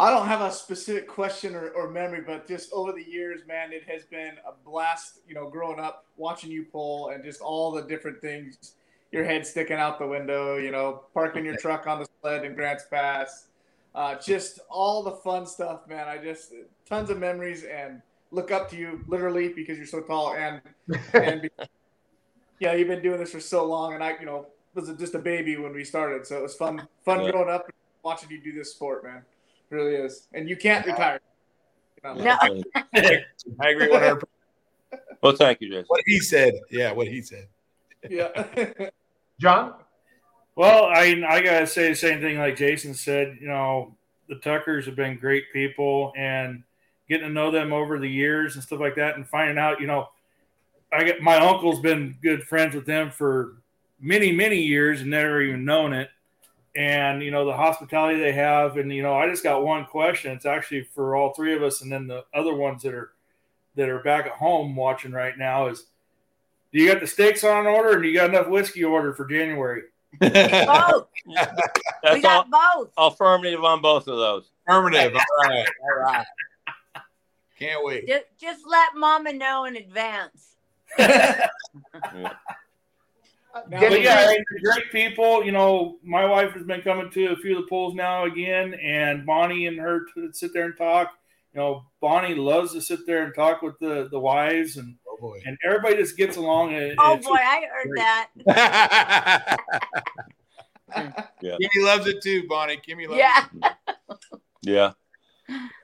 I don't have a specific question or, or memory, but just over the years, man, it has been a blast, you know, growing up, watching you pull and just all the different things, your head sticking out the window, you know, parking your truck on the sled in Grants Pass, uh, just all the fun stuff, man. I just, tons of memories and look up to you literally because you're so tall and, and be- yeah, you've been doing this for so long. And I, you know, was just a baby when we started. So it was fun, fun Yeah. growing up and watching you do this sport, man really is. And you can't retire. No. I agree 100. Well, thank you, Jason. What he said. Yeah, what he said. yeah. John? Well, I I gotta say the same thing like Jason said. You know, the Tuckers have been great people, and getting to know them over the years and stuff like that, and finding out, you know, I get my uncle's been good friends with them for many many years and never even known it, and you know the hospitality they have and you know i just got one question it's actually for all three of us and then the other ones that are that are back at home watching right now is do you got the steaks on order and you got enough whiskey ordered for january we got both. Affirmative on both of those. Affirmative. All right. All right. Can't wait. Just, just let Mama know in advance. but yeah, and they're great people. You know, my wife has been coming to a few of the polls now again, and Bonnie and her t- sit there and talk. You know, Bonnie loves to sit there and talk with the the wives, and Oh, and everybody just gets along. And Oh it's boy, I heard that. Kimmy loves it too, Bonnie. Kimmy loves Yeah. it. Yeah.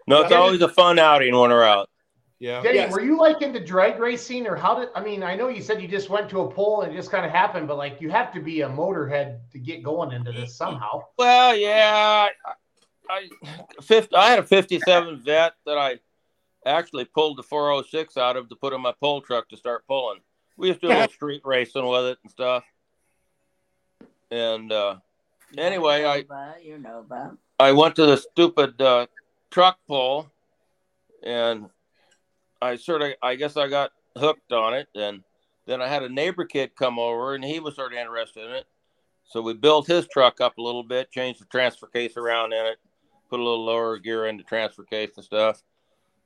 No, it's Yeah. always a fun outing when we're out. Yeah. Denny, were you like into drag racing or how did I mean I know you said you just went to a poll and it just kind of happened, but like you have to be a motorhead to get going into this somehow. Well, yeah, I, I, 50, I had a 57 vet that I actually pulled the 406 out of to put in my pole truck to start pulling. We used to do a little street racing with it and stuff. And uh, anyway, I Nova, you're Nova. I went to the stupid uh, truck pull, and I sort of, I guess I got hooked on it. And then I had a neighbor kid come over, and he was sort of interested in it. So we built his truck up a little bit, changed the transfer case around in it, put a little lower gear in the transfer case and stuff,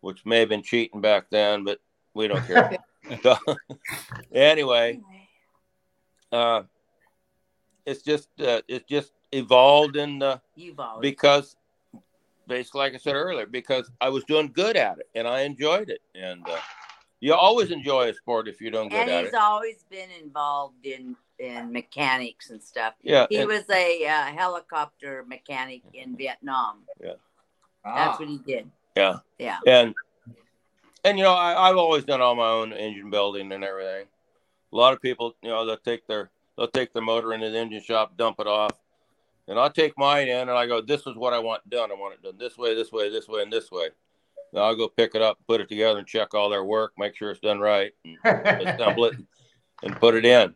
which may have been cheating back then, but we don't care. So, anyway, uh, it's just uh, it's just evolved and uh, Evolved. because basically like i said earlier because i was doing good at it and i enjoyed it and uh, you always enjoy a sport if you're doing good And at he's it always been involved in in mechanics and stuff. Yeah, He and- was a uh, helicopter mechanic in Vietnam. yeah That's what he did. yeah Yeah. and and you know I, i've always done all my own engine building and everything a lot of people you know they'll take their they'll take their motor into the engine shop dump it off and i'll take mine in and i go this is what i want done i want it done this way this way this way and this way now i'll go pick it up put it together and check all their work make sure it's done right and assemble it and put it in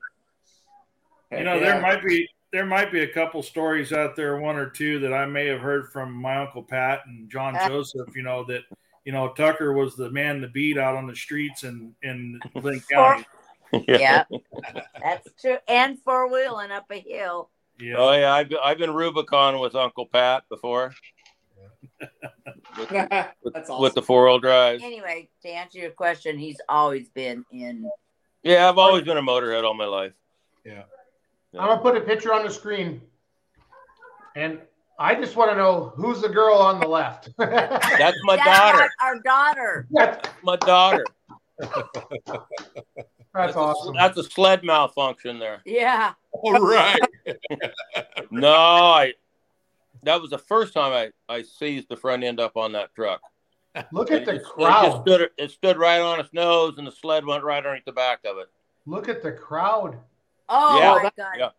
You know, there might be there might be a couple stories out there, one or two that I may have heard from my uncle Pat and John Joseph. You know that you know Tucker was the man to beat out on the streets in in Lynn County. Yeah. That's true. And four wheeling up a hill. Oh yeah, I've been, I've been Rubicon with Uncle Pat before. with, with- That's with the awesome. four wheel drive. Anyway, to answer your question, he's always been in. Yeah, I've always been a motorhead all my life. Yeah. I'm gonna put a picture on the screen. And I just want to know who's the girl on the left. That's my That's daughter. Our, our daughter. That's my daughter. That's awesome. A, that's a sled malfunction there. Yeah. All right. No, I that was the first time I, I seized the front end up on that truck. Look at the It just- It, just crowd. stood, it stood right on its nose and the sled went right underneath the back of it. Look at the crowd. Oh yeah. my god. yeah.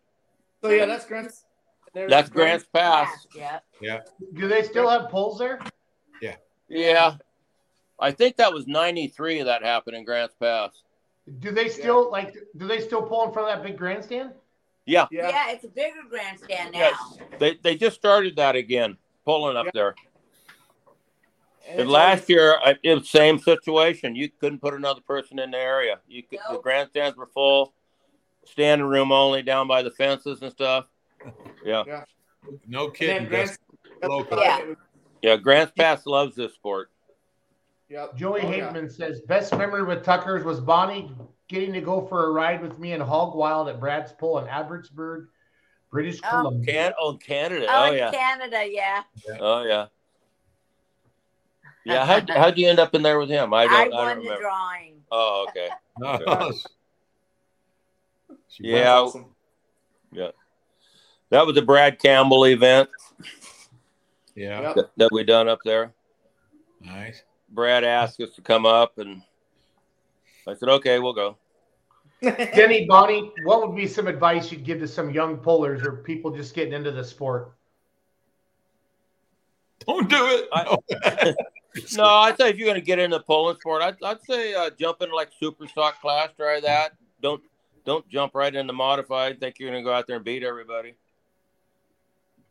So yeah, that's Grant's. there's That's Grant's Pass. Yeah. Yeah. Do they still have polls there? Yeah. I think that was 93 that happened in Grants Pass. Do they still like do they still pull in front of that big grandstand? Yeah. yeah. it's a bigger grandstand now. Yes. They, they just started that again, pulling up there. And And it's last year, I, it was same situation. You couldn't put another person in the area. You could, The grandstands were full, standing room only down by the fences and stuff. Yeah. Yeah. No kidding. Grant's- Dustin. Local. Yeah. Grants Pass loves this sport. Yep. Joey Oh, yeah. Hageman says best memory with Tuckers was Bonnie getting to go for a ride with me and Hog Wild at Brad's Pole in Abbotsford, British Oh. Columbia. Can, oh, Canada. Oh, Oh, in yeah. Canada, yeah. Oh, yeah. Yeah. How'd, how'd you end up in there with him? I I, don't, I, won don't the remember. drawing. Oh, okay. Oh. yeah. Yeah. That was a Brad Campbell event Yeah. that, that we done up there. Nice. Brad asked us to come up, and I said, "Okay, we'll go." Denny Bonnie, what would be some advice you'd give to some young pullers or people just getting into the sport? Don't do it. no, I'd say if you're going to get into pulling sport, I'd, I'd say uh, jump into like super stock class, try that. Don't don't jump right into modified. Think you're going to go out there and beat everybody.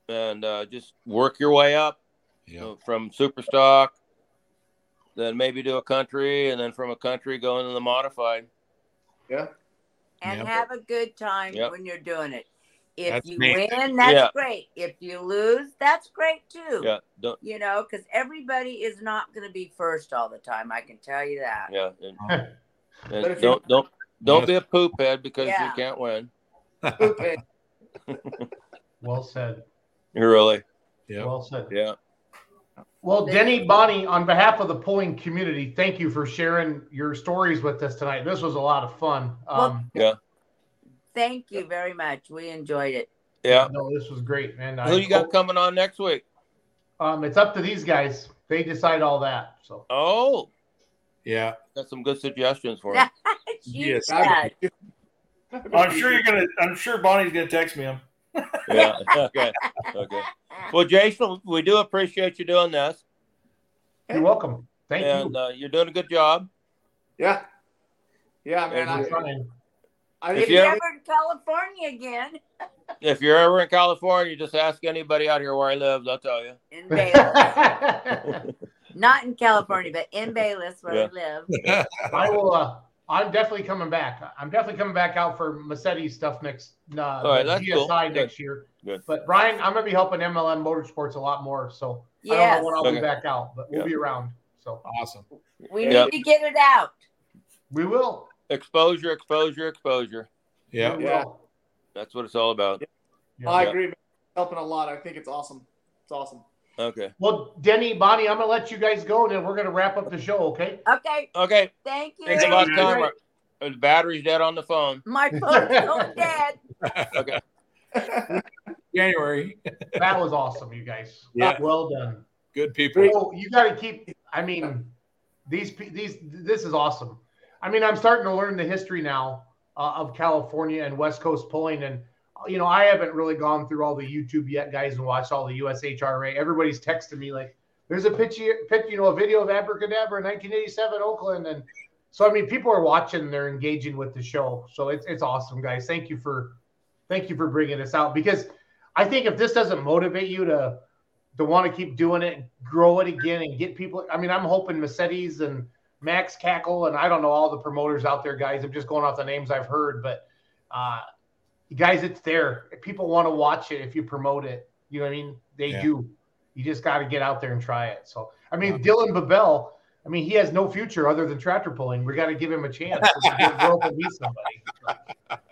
and uh, just work your way up you know, from super stock, then maybe do a country, and then from a country go into the modified. Yeah. and Yeah. have a good time Yep. when you're doing it. If That's you me. win, that's Yeah. great. If you lose, that's great too. Yeah, don't- you know, because everybody is not going to be first all the time. I can tell you that. Yeah, and- and But if you- don't don't don't be a poop head because you Yeah. can't win. Well said. really. Yeah. Well said. Yeah. Well, Denny Bonnie, on behalf of the polling community, thank you for sharing your stories with us tonight. This was a lot of fun. Um, Yeah. Thank you very much. We enjoyed it. Yeah. Um, No, this was great, man. Who you Oh. got coming on next week? Um, it's up to these guys. They decide all that. So Oh, yeah. Got some good suggestions for him. yes. I'm sure you're gonna. I'm sure Bonnie's gonna text me. Him. yeah. Okay. Okay. Well, Jason, we do appreciate you doing this. You're welcome. Thank and, you. uh, you're doing a good job. Yeah. Yeah, man. Thank you. I, I If If you you're ever- ever in California again, If you're ever in California, just ask anybody out here where I live. They'll tell you. in Bayless. not in California, but in Bayless where we Yeah. live. Yeah. I will. Uh, I'm definitely coming back. I'm definitely coming back out for Massetti stuff next. Uh, All right, that's GSI cool. Good. next year. Good. But Brian, I'm gonna be helping MLM Motorsports a lot more, so I don't Yes. know when I'll Okay. be back out, but we'll Yeah. be around. So awesome. We Yeah. need to get it out. We will. Exposure, exposure, exposure. Yeah. Yeah. That's what it's all about. I Yeah. agree. Man. Helping a lot. I think it's awesome. It's awesome. Okay. Well, Denny, Bonnie, I'm gonna let you guys go, and then we're gonna wrap up the show. Okay. Okay. Okay. Thank you. Thanks a lot, timer. The battery's dead on the phone. My phone's so dead. Okay. January. That was awesome, you guys. Yeah. Well done. Good people. Oh, you got to keep. I mean, these pe- these this is awesome. I mean, I'm starting to learn the history now uh, of California and West Coast polling, and you know, I haven't really gone through all the YouTube yet, guys, and watched all the USHRA. Everybody's texting me like, "There's a picture, pic, you know, a video of Abracadabra in 1987 Oakland," and so I mean, people are watching, they're engaging with the show, so it's it's awesome, guys. Thank you for thank you for bringing this out because I think if this doesn't motivate you to to want to keep doing it, grow it again, and get people. I mean, I'm hoping Mercedes and Max Cackle and I don't know all the promoters out there, guys. I'm just going off the names I've heard, but uh, guys, it's there. If people want to watch it, if you promote it, you know what I mean. They Yeah. do. You just got to get out there and try it. So, I mean, Dylan Babel. I mean, he has no future other than tractor pulling. We got to give him a chance. This is good growth and be somebody.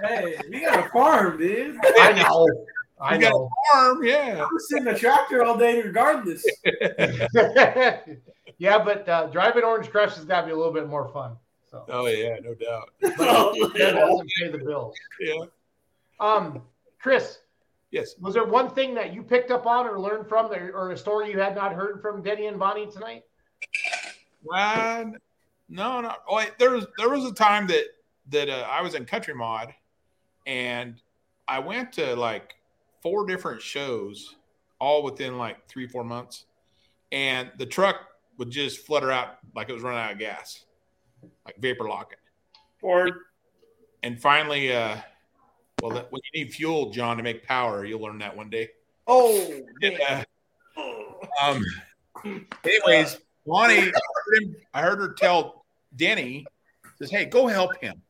Hey, you got a farm, dude. I know. I You got a know. Um, farm, yeah. I'm sitting in a tractor all day regardless. yeah, but uh, driving Orange Crush has got to be a little bit more fun. So Oh yeah, no doubt. that doesn't pay the bills. Yeah. Um, Chris. Yes. Was there one thing that you picked up on or learned from, that, or a story you had not heard from Denny and Bonnie tonight? Ryan, no, no. Like there was there was a time that that uh, I was in Country Mod, and I went to like four different shows, all within like three four months, and the truck would just flutter out like it was running out of gas, like vapor locking. Or and finally, uh, well, that, when you need fuel, John, to make power, you'll learn that one day. Oh, And, uh, um, Uh, anyways, Lonnie, I heard, him- I heard her tell Denny, says, "Hey, go help him,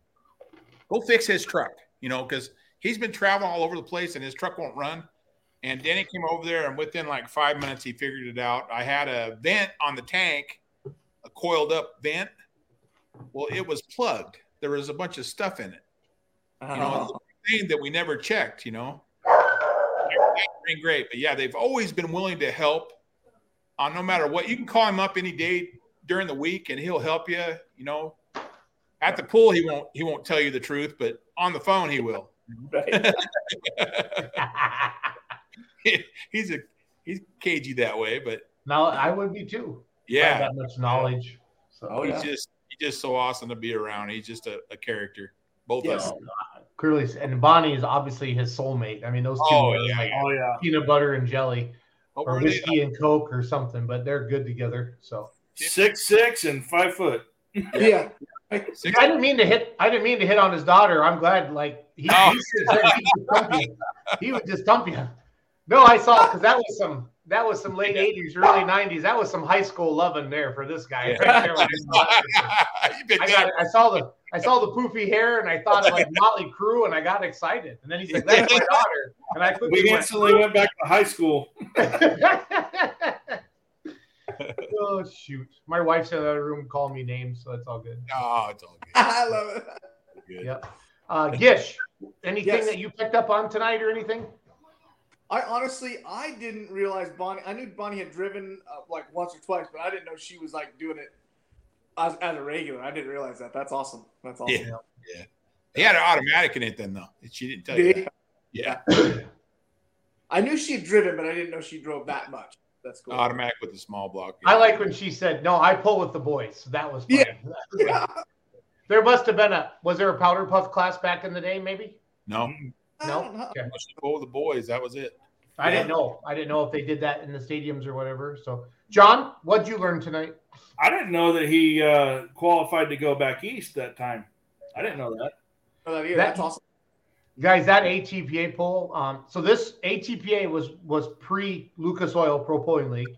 go fix his truck." You know, because he's been traveling all over the place and his truck won't run. And Denny came over there, and within like five minutes, he figured it out. I had a vent on the tank, a coiled up vent. Well, it was plugged. There was a bunch of stuff in it. Uh-huh. You know, Oh. it's a thing that we never checked. You know been great. But yeah, they've always been willing to help on no matter what. You can call him up any day during the week and he'll help you, you know. At the pool, he won't he won't tell you the truth, but on the phone he will. he's a he's cagey that way, but No, I would be too. Yeah. Oh, I have that much knowledge. So he's just he's just so awesome to be around. He's just a, a character. Both Yes. of them. clearly, and Bonnie is obviously his soulmate. I mean, those two Oh, are yeah, like yeah. Oh, yeah. peanut butter and jelly, What or were they? whiskey and coke, or something. But they're good together. So six six and five foot. Yeah. Yeah, I didn't mean to hit. I didn't mean to hit on his daughter. I'm glad. Like he, he, should have said he would dump you. He would just dump you. No, I saw because that was some that was some late eighties, early nineties. That was some high school loving there for this guy. Right there when I, saw that picture. I, got- I saw the I saw the poofy hair and I thought of like Motley Crue and I got excited. And then he said, "That's my daughter," and I quickly We went, instantly went back to high school. "Oh shoot!" My wife's in the other room calling me names, so that's all good. Oh, it's all good. I love it. Yep. Uh, Gish, anything Yes. that you picked up on tonight or anything? I honestly, I didn't realize Bonnie. I knew Bonnie had driven uh, like once or twice, but I didn't know she was like doing it as, as a regular. I didn't realize that. That's awesome. That's awesome. Yeah. Yeah. He had an automatic in it then, though. She didn't tell you Did he? that. Yeah. I knew she had driven, but I didn't know she drove that much. That's cool. Automatic with a small block. I like when she said, "No, I pull with the boys." That was fun. Yeah. There must have been a was there a powder puff class back in the day? Maybe No. no. Okay. She pulled the boys. That was it. I didn't know. I didn't know if they did that in the stadiums or whatever. So, John, what'd you learn tonight? I didn't know that he uh, qualified to go back east that time. I didn't know that. yeah, that's awesome. Guys, that ATPA poll. Um, so this ATPA was was pre Lucas Oil Pro Polling League,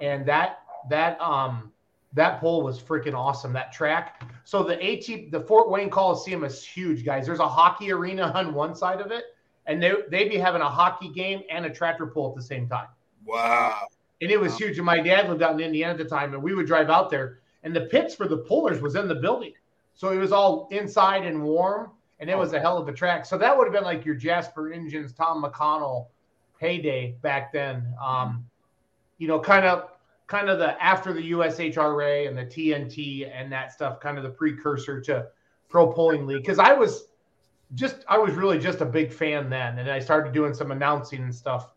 and that that um that poll was freaking awesome. That track. So the AT the Fort Wayne Coliseum is huge, guys. There's a hockey arena on one side of it, and they they'd be having a hockey game and a tractor pull at the same time. Wow. And it was huge. And my dad lived out in Indiana at the time, and we would drive out there. And the pits for the pullers was in the building, so it was all inside and warm, and it was a hell of a track. So that would have been like your Jasper Engines, Tom McConnell heyday back then. Um, you know, kind of kind of the after the USHRA and the TNT and that stuff, kind of the precursor to pro polling league. Because I was just I was really just a big fan then, and I started doing some announcing and stuff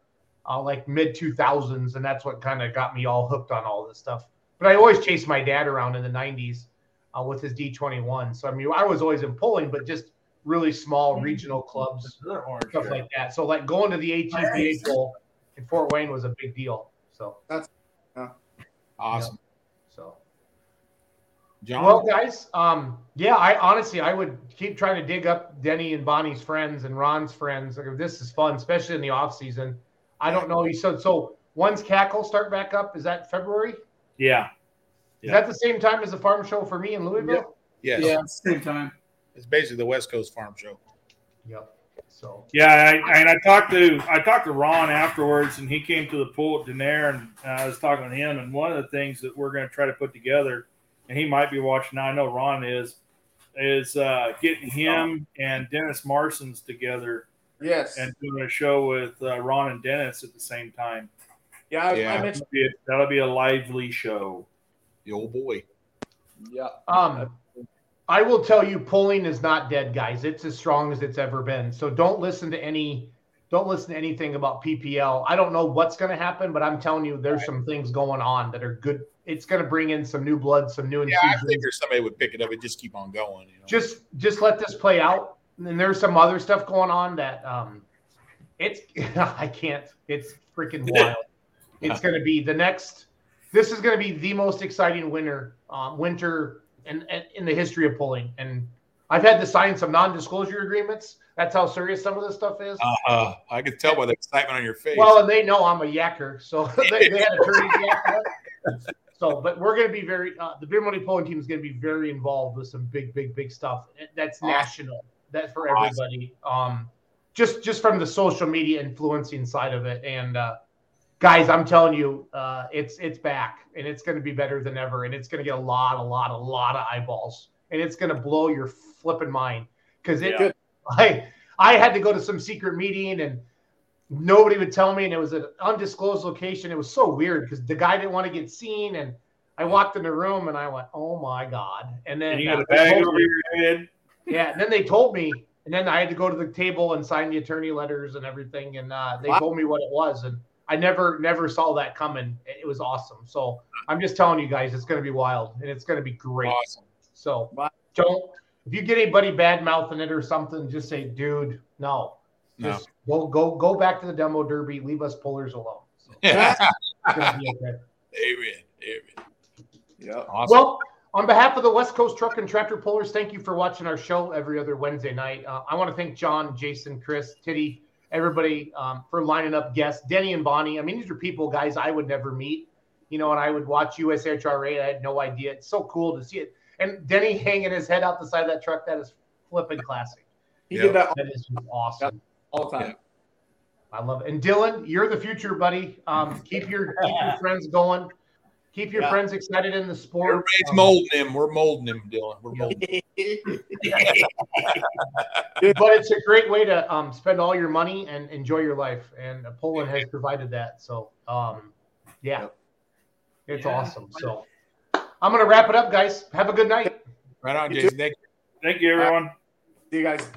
uh, like mid two thousands, and that's what kind of got me all hooked on all this stuff. But I always chased my dad around in the nineties uh, with his D twenty one. So I mean, I was always in polling, but just really small regional clubs, stuff like that. So like going to the ATPA poll in Fort Wayne was a big deal. So that's awesome. So. John, Well, guys, um, yeah, I honestly I would keep trying to dig up Denny and Bonnie's friends and Ron's friends. Like, this is fun, especially in the off season. I don't know. You said so. One's cackle start back up. Is that February? Yeah. Is that the same time as the farm show for me in Louisville? yes. Yeah, same time. It's basically the West Coast Farm Show. Yep. So Yeah, I, I- and I talked to I talked to Ron afterwards, and he came to the pool at Denair, and I was talking to him. And one of the things that we're going to try to put together, and he might be watching. now, I know Ron is, is uh, getting him and Dennis Marson's together, Yes. and doing a show with uh, Ron and Dennis at the same time. Yeah, I- I Yeah. mentioned- that'll be a, that'll be a lively show. The old boy. Yeah. Um, I will tell you, polling is not dead, guys. It's as strong as it's ever been. So don't listen to any, don't listen to anything about PPL. I don't know what's going to happen, but I'm telling you, there's some things going on that are good. It's going to bring in some new blood, some new Yeah, I infusions. figured somebody would pick it up and just keep on going. You know? just, just let this play out. And then there's some other stuff going on that, um, it's I can't. It's freaking wild. it's going to be the next. This is going to be the most exciting winter, um, winter in, in in the history of polling. And I've had to sign some non-disclosure agreements. That's how serious some of this stuff is. Uh, I could tell by the excitement on your face. Well, and they know I'm a yacker, so they, they had attorneys yakking up. So, but we're going to be very. Uh, the beer money polling team is going to be very involved with some big, big, big stuff. That's Awesome. national. That's for Awesome. everybody. Um, just just from the social media influencing side of it, and uh, guys, I'm telling you, uh, it's it's back, and it's going to be better than ever, and it's going to get a lot, a lot, a lot of eyeballs, and it's going to blow your flipping mind because it. Yeah. I I had to go to some secret meeting and nobody would tell me and it was an undisclosed location it was so weird because the guy didn't want to get seen and i walked in the room and i went oh my god and then And you got uh, a they bag told over me- your head. yeah and then they told me and then i had to go to the table and sign the attorney letters and everything and uh, they Wow. told me what it was and i never never saw that coming it it was awesome so i'm just telling you guys it's going to be wild and it's going to be great Awesome. so don't if you get anybody bad mouthing it or something just say dude no No. just go go go back to the demo derby leave us pullers alone so, it's gonna be okay. Amen. Amen. Yeah. Awesome. Well, on behalf of the West Coast Truck and Tractor Pullers, thank you for watching our show every other Wednesday night. Uh, I want to thank John, Jason, Chris, Titty, everybody um, for lining up guests. Denny and Bonnie. I mean, these are people, guys, I would never meet. You know, and I would watch USHRA. I had no idea. It's so cool to see it. And Denny hanging his head out the side of that truck. That is flipping classic. He did that. That is awesome. All the time. I love it. And Dylan, you're the future, buddy. Um, keep your keep your friends going. Keep your Yeah. friends excited in the sport. Everybody's Um, molding him. We're molding him, Dylan. We're molding. him. but it's a great way to um, spend all your money and enjoy your life. And uh, Poland has provided that. So, um, yeah, it's Yeah. awesome. So, I'm going to wrap it up, guys. Have a good night. Right on, Jason. Thank you. Thank you, everyone. See you guys.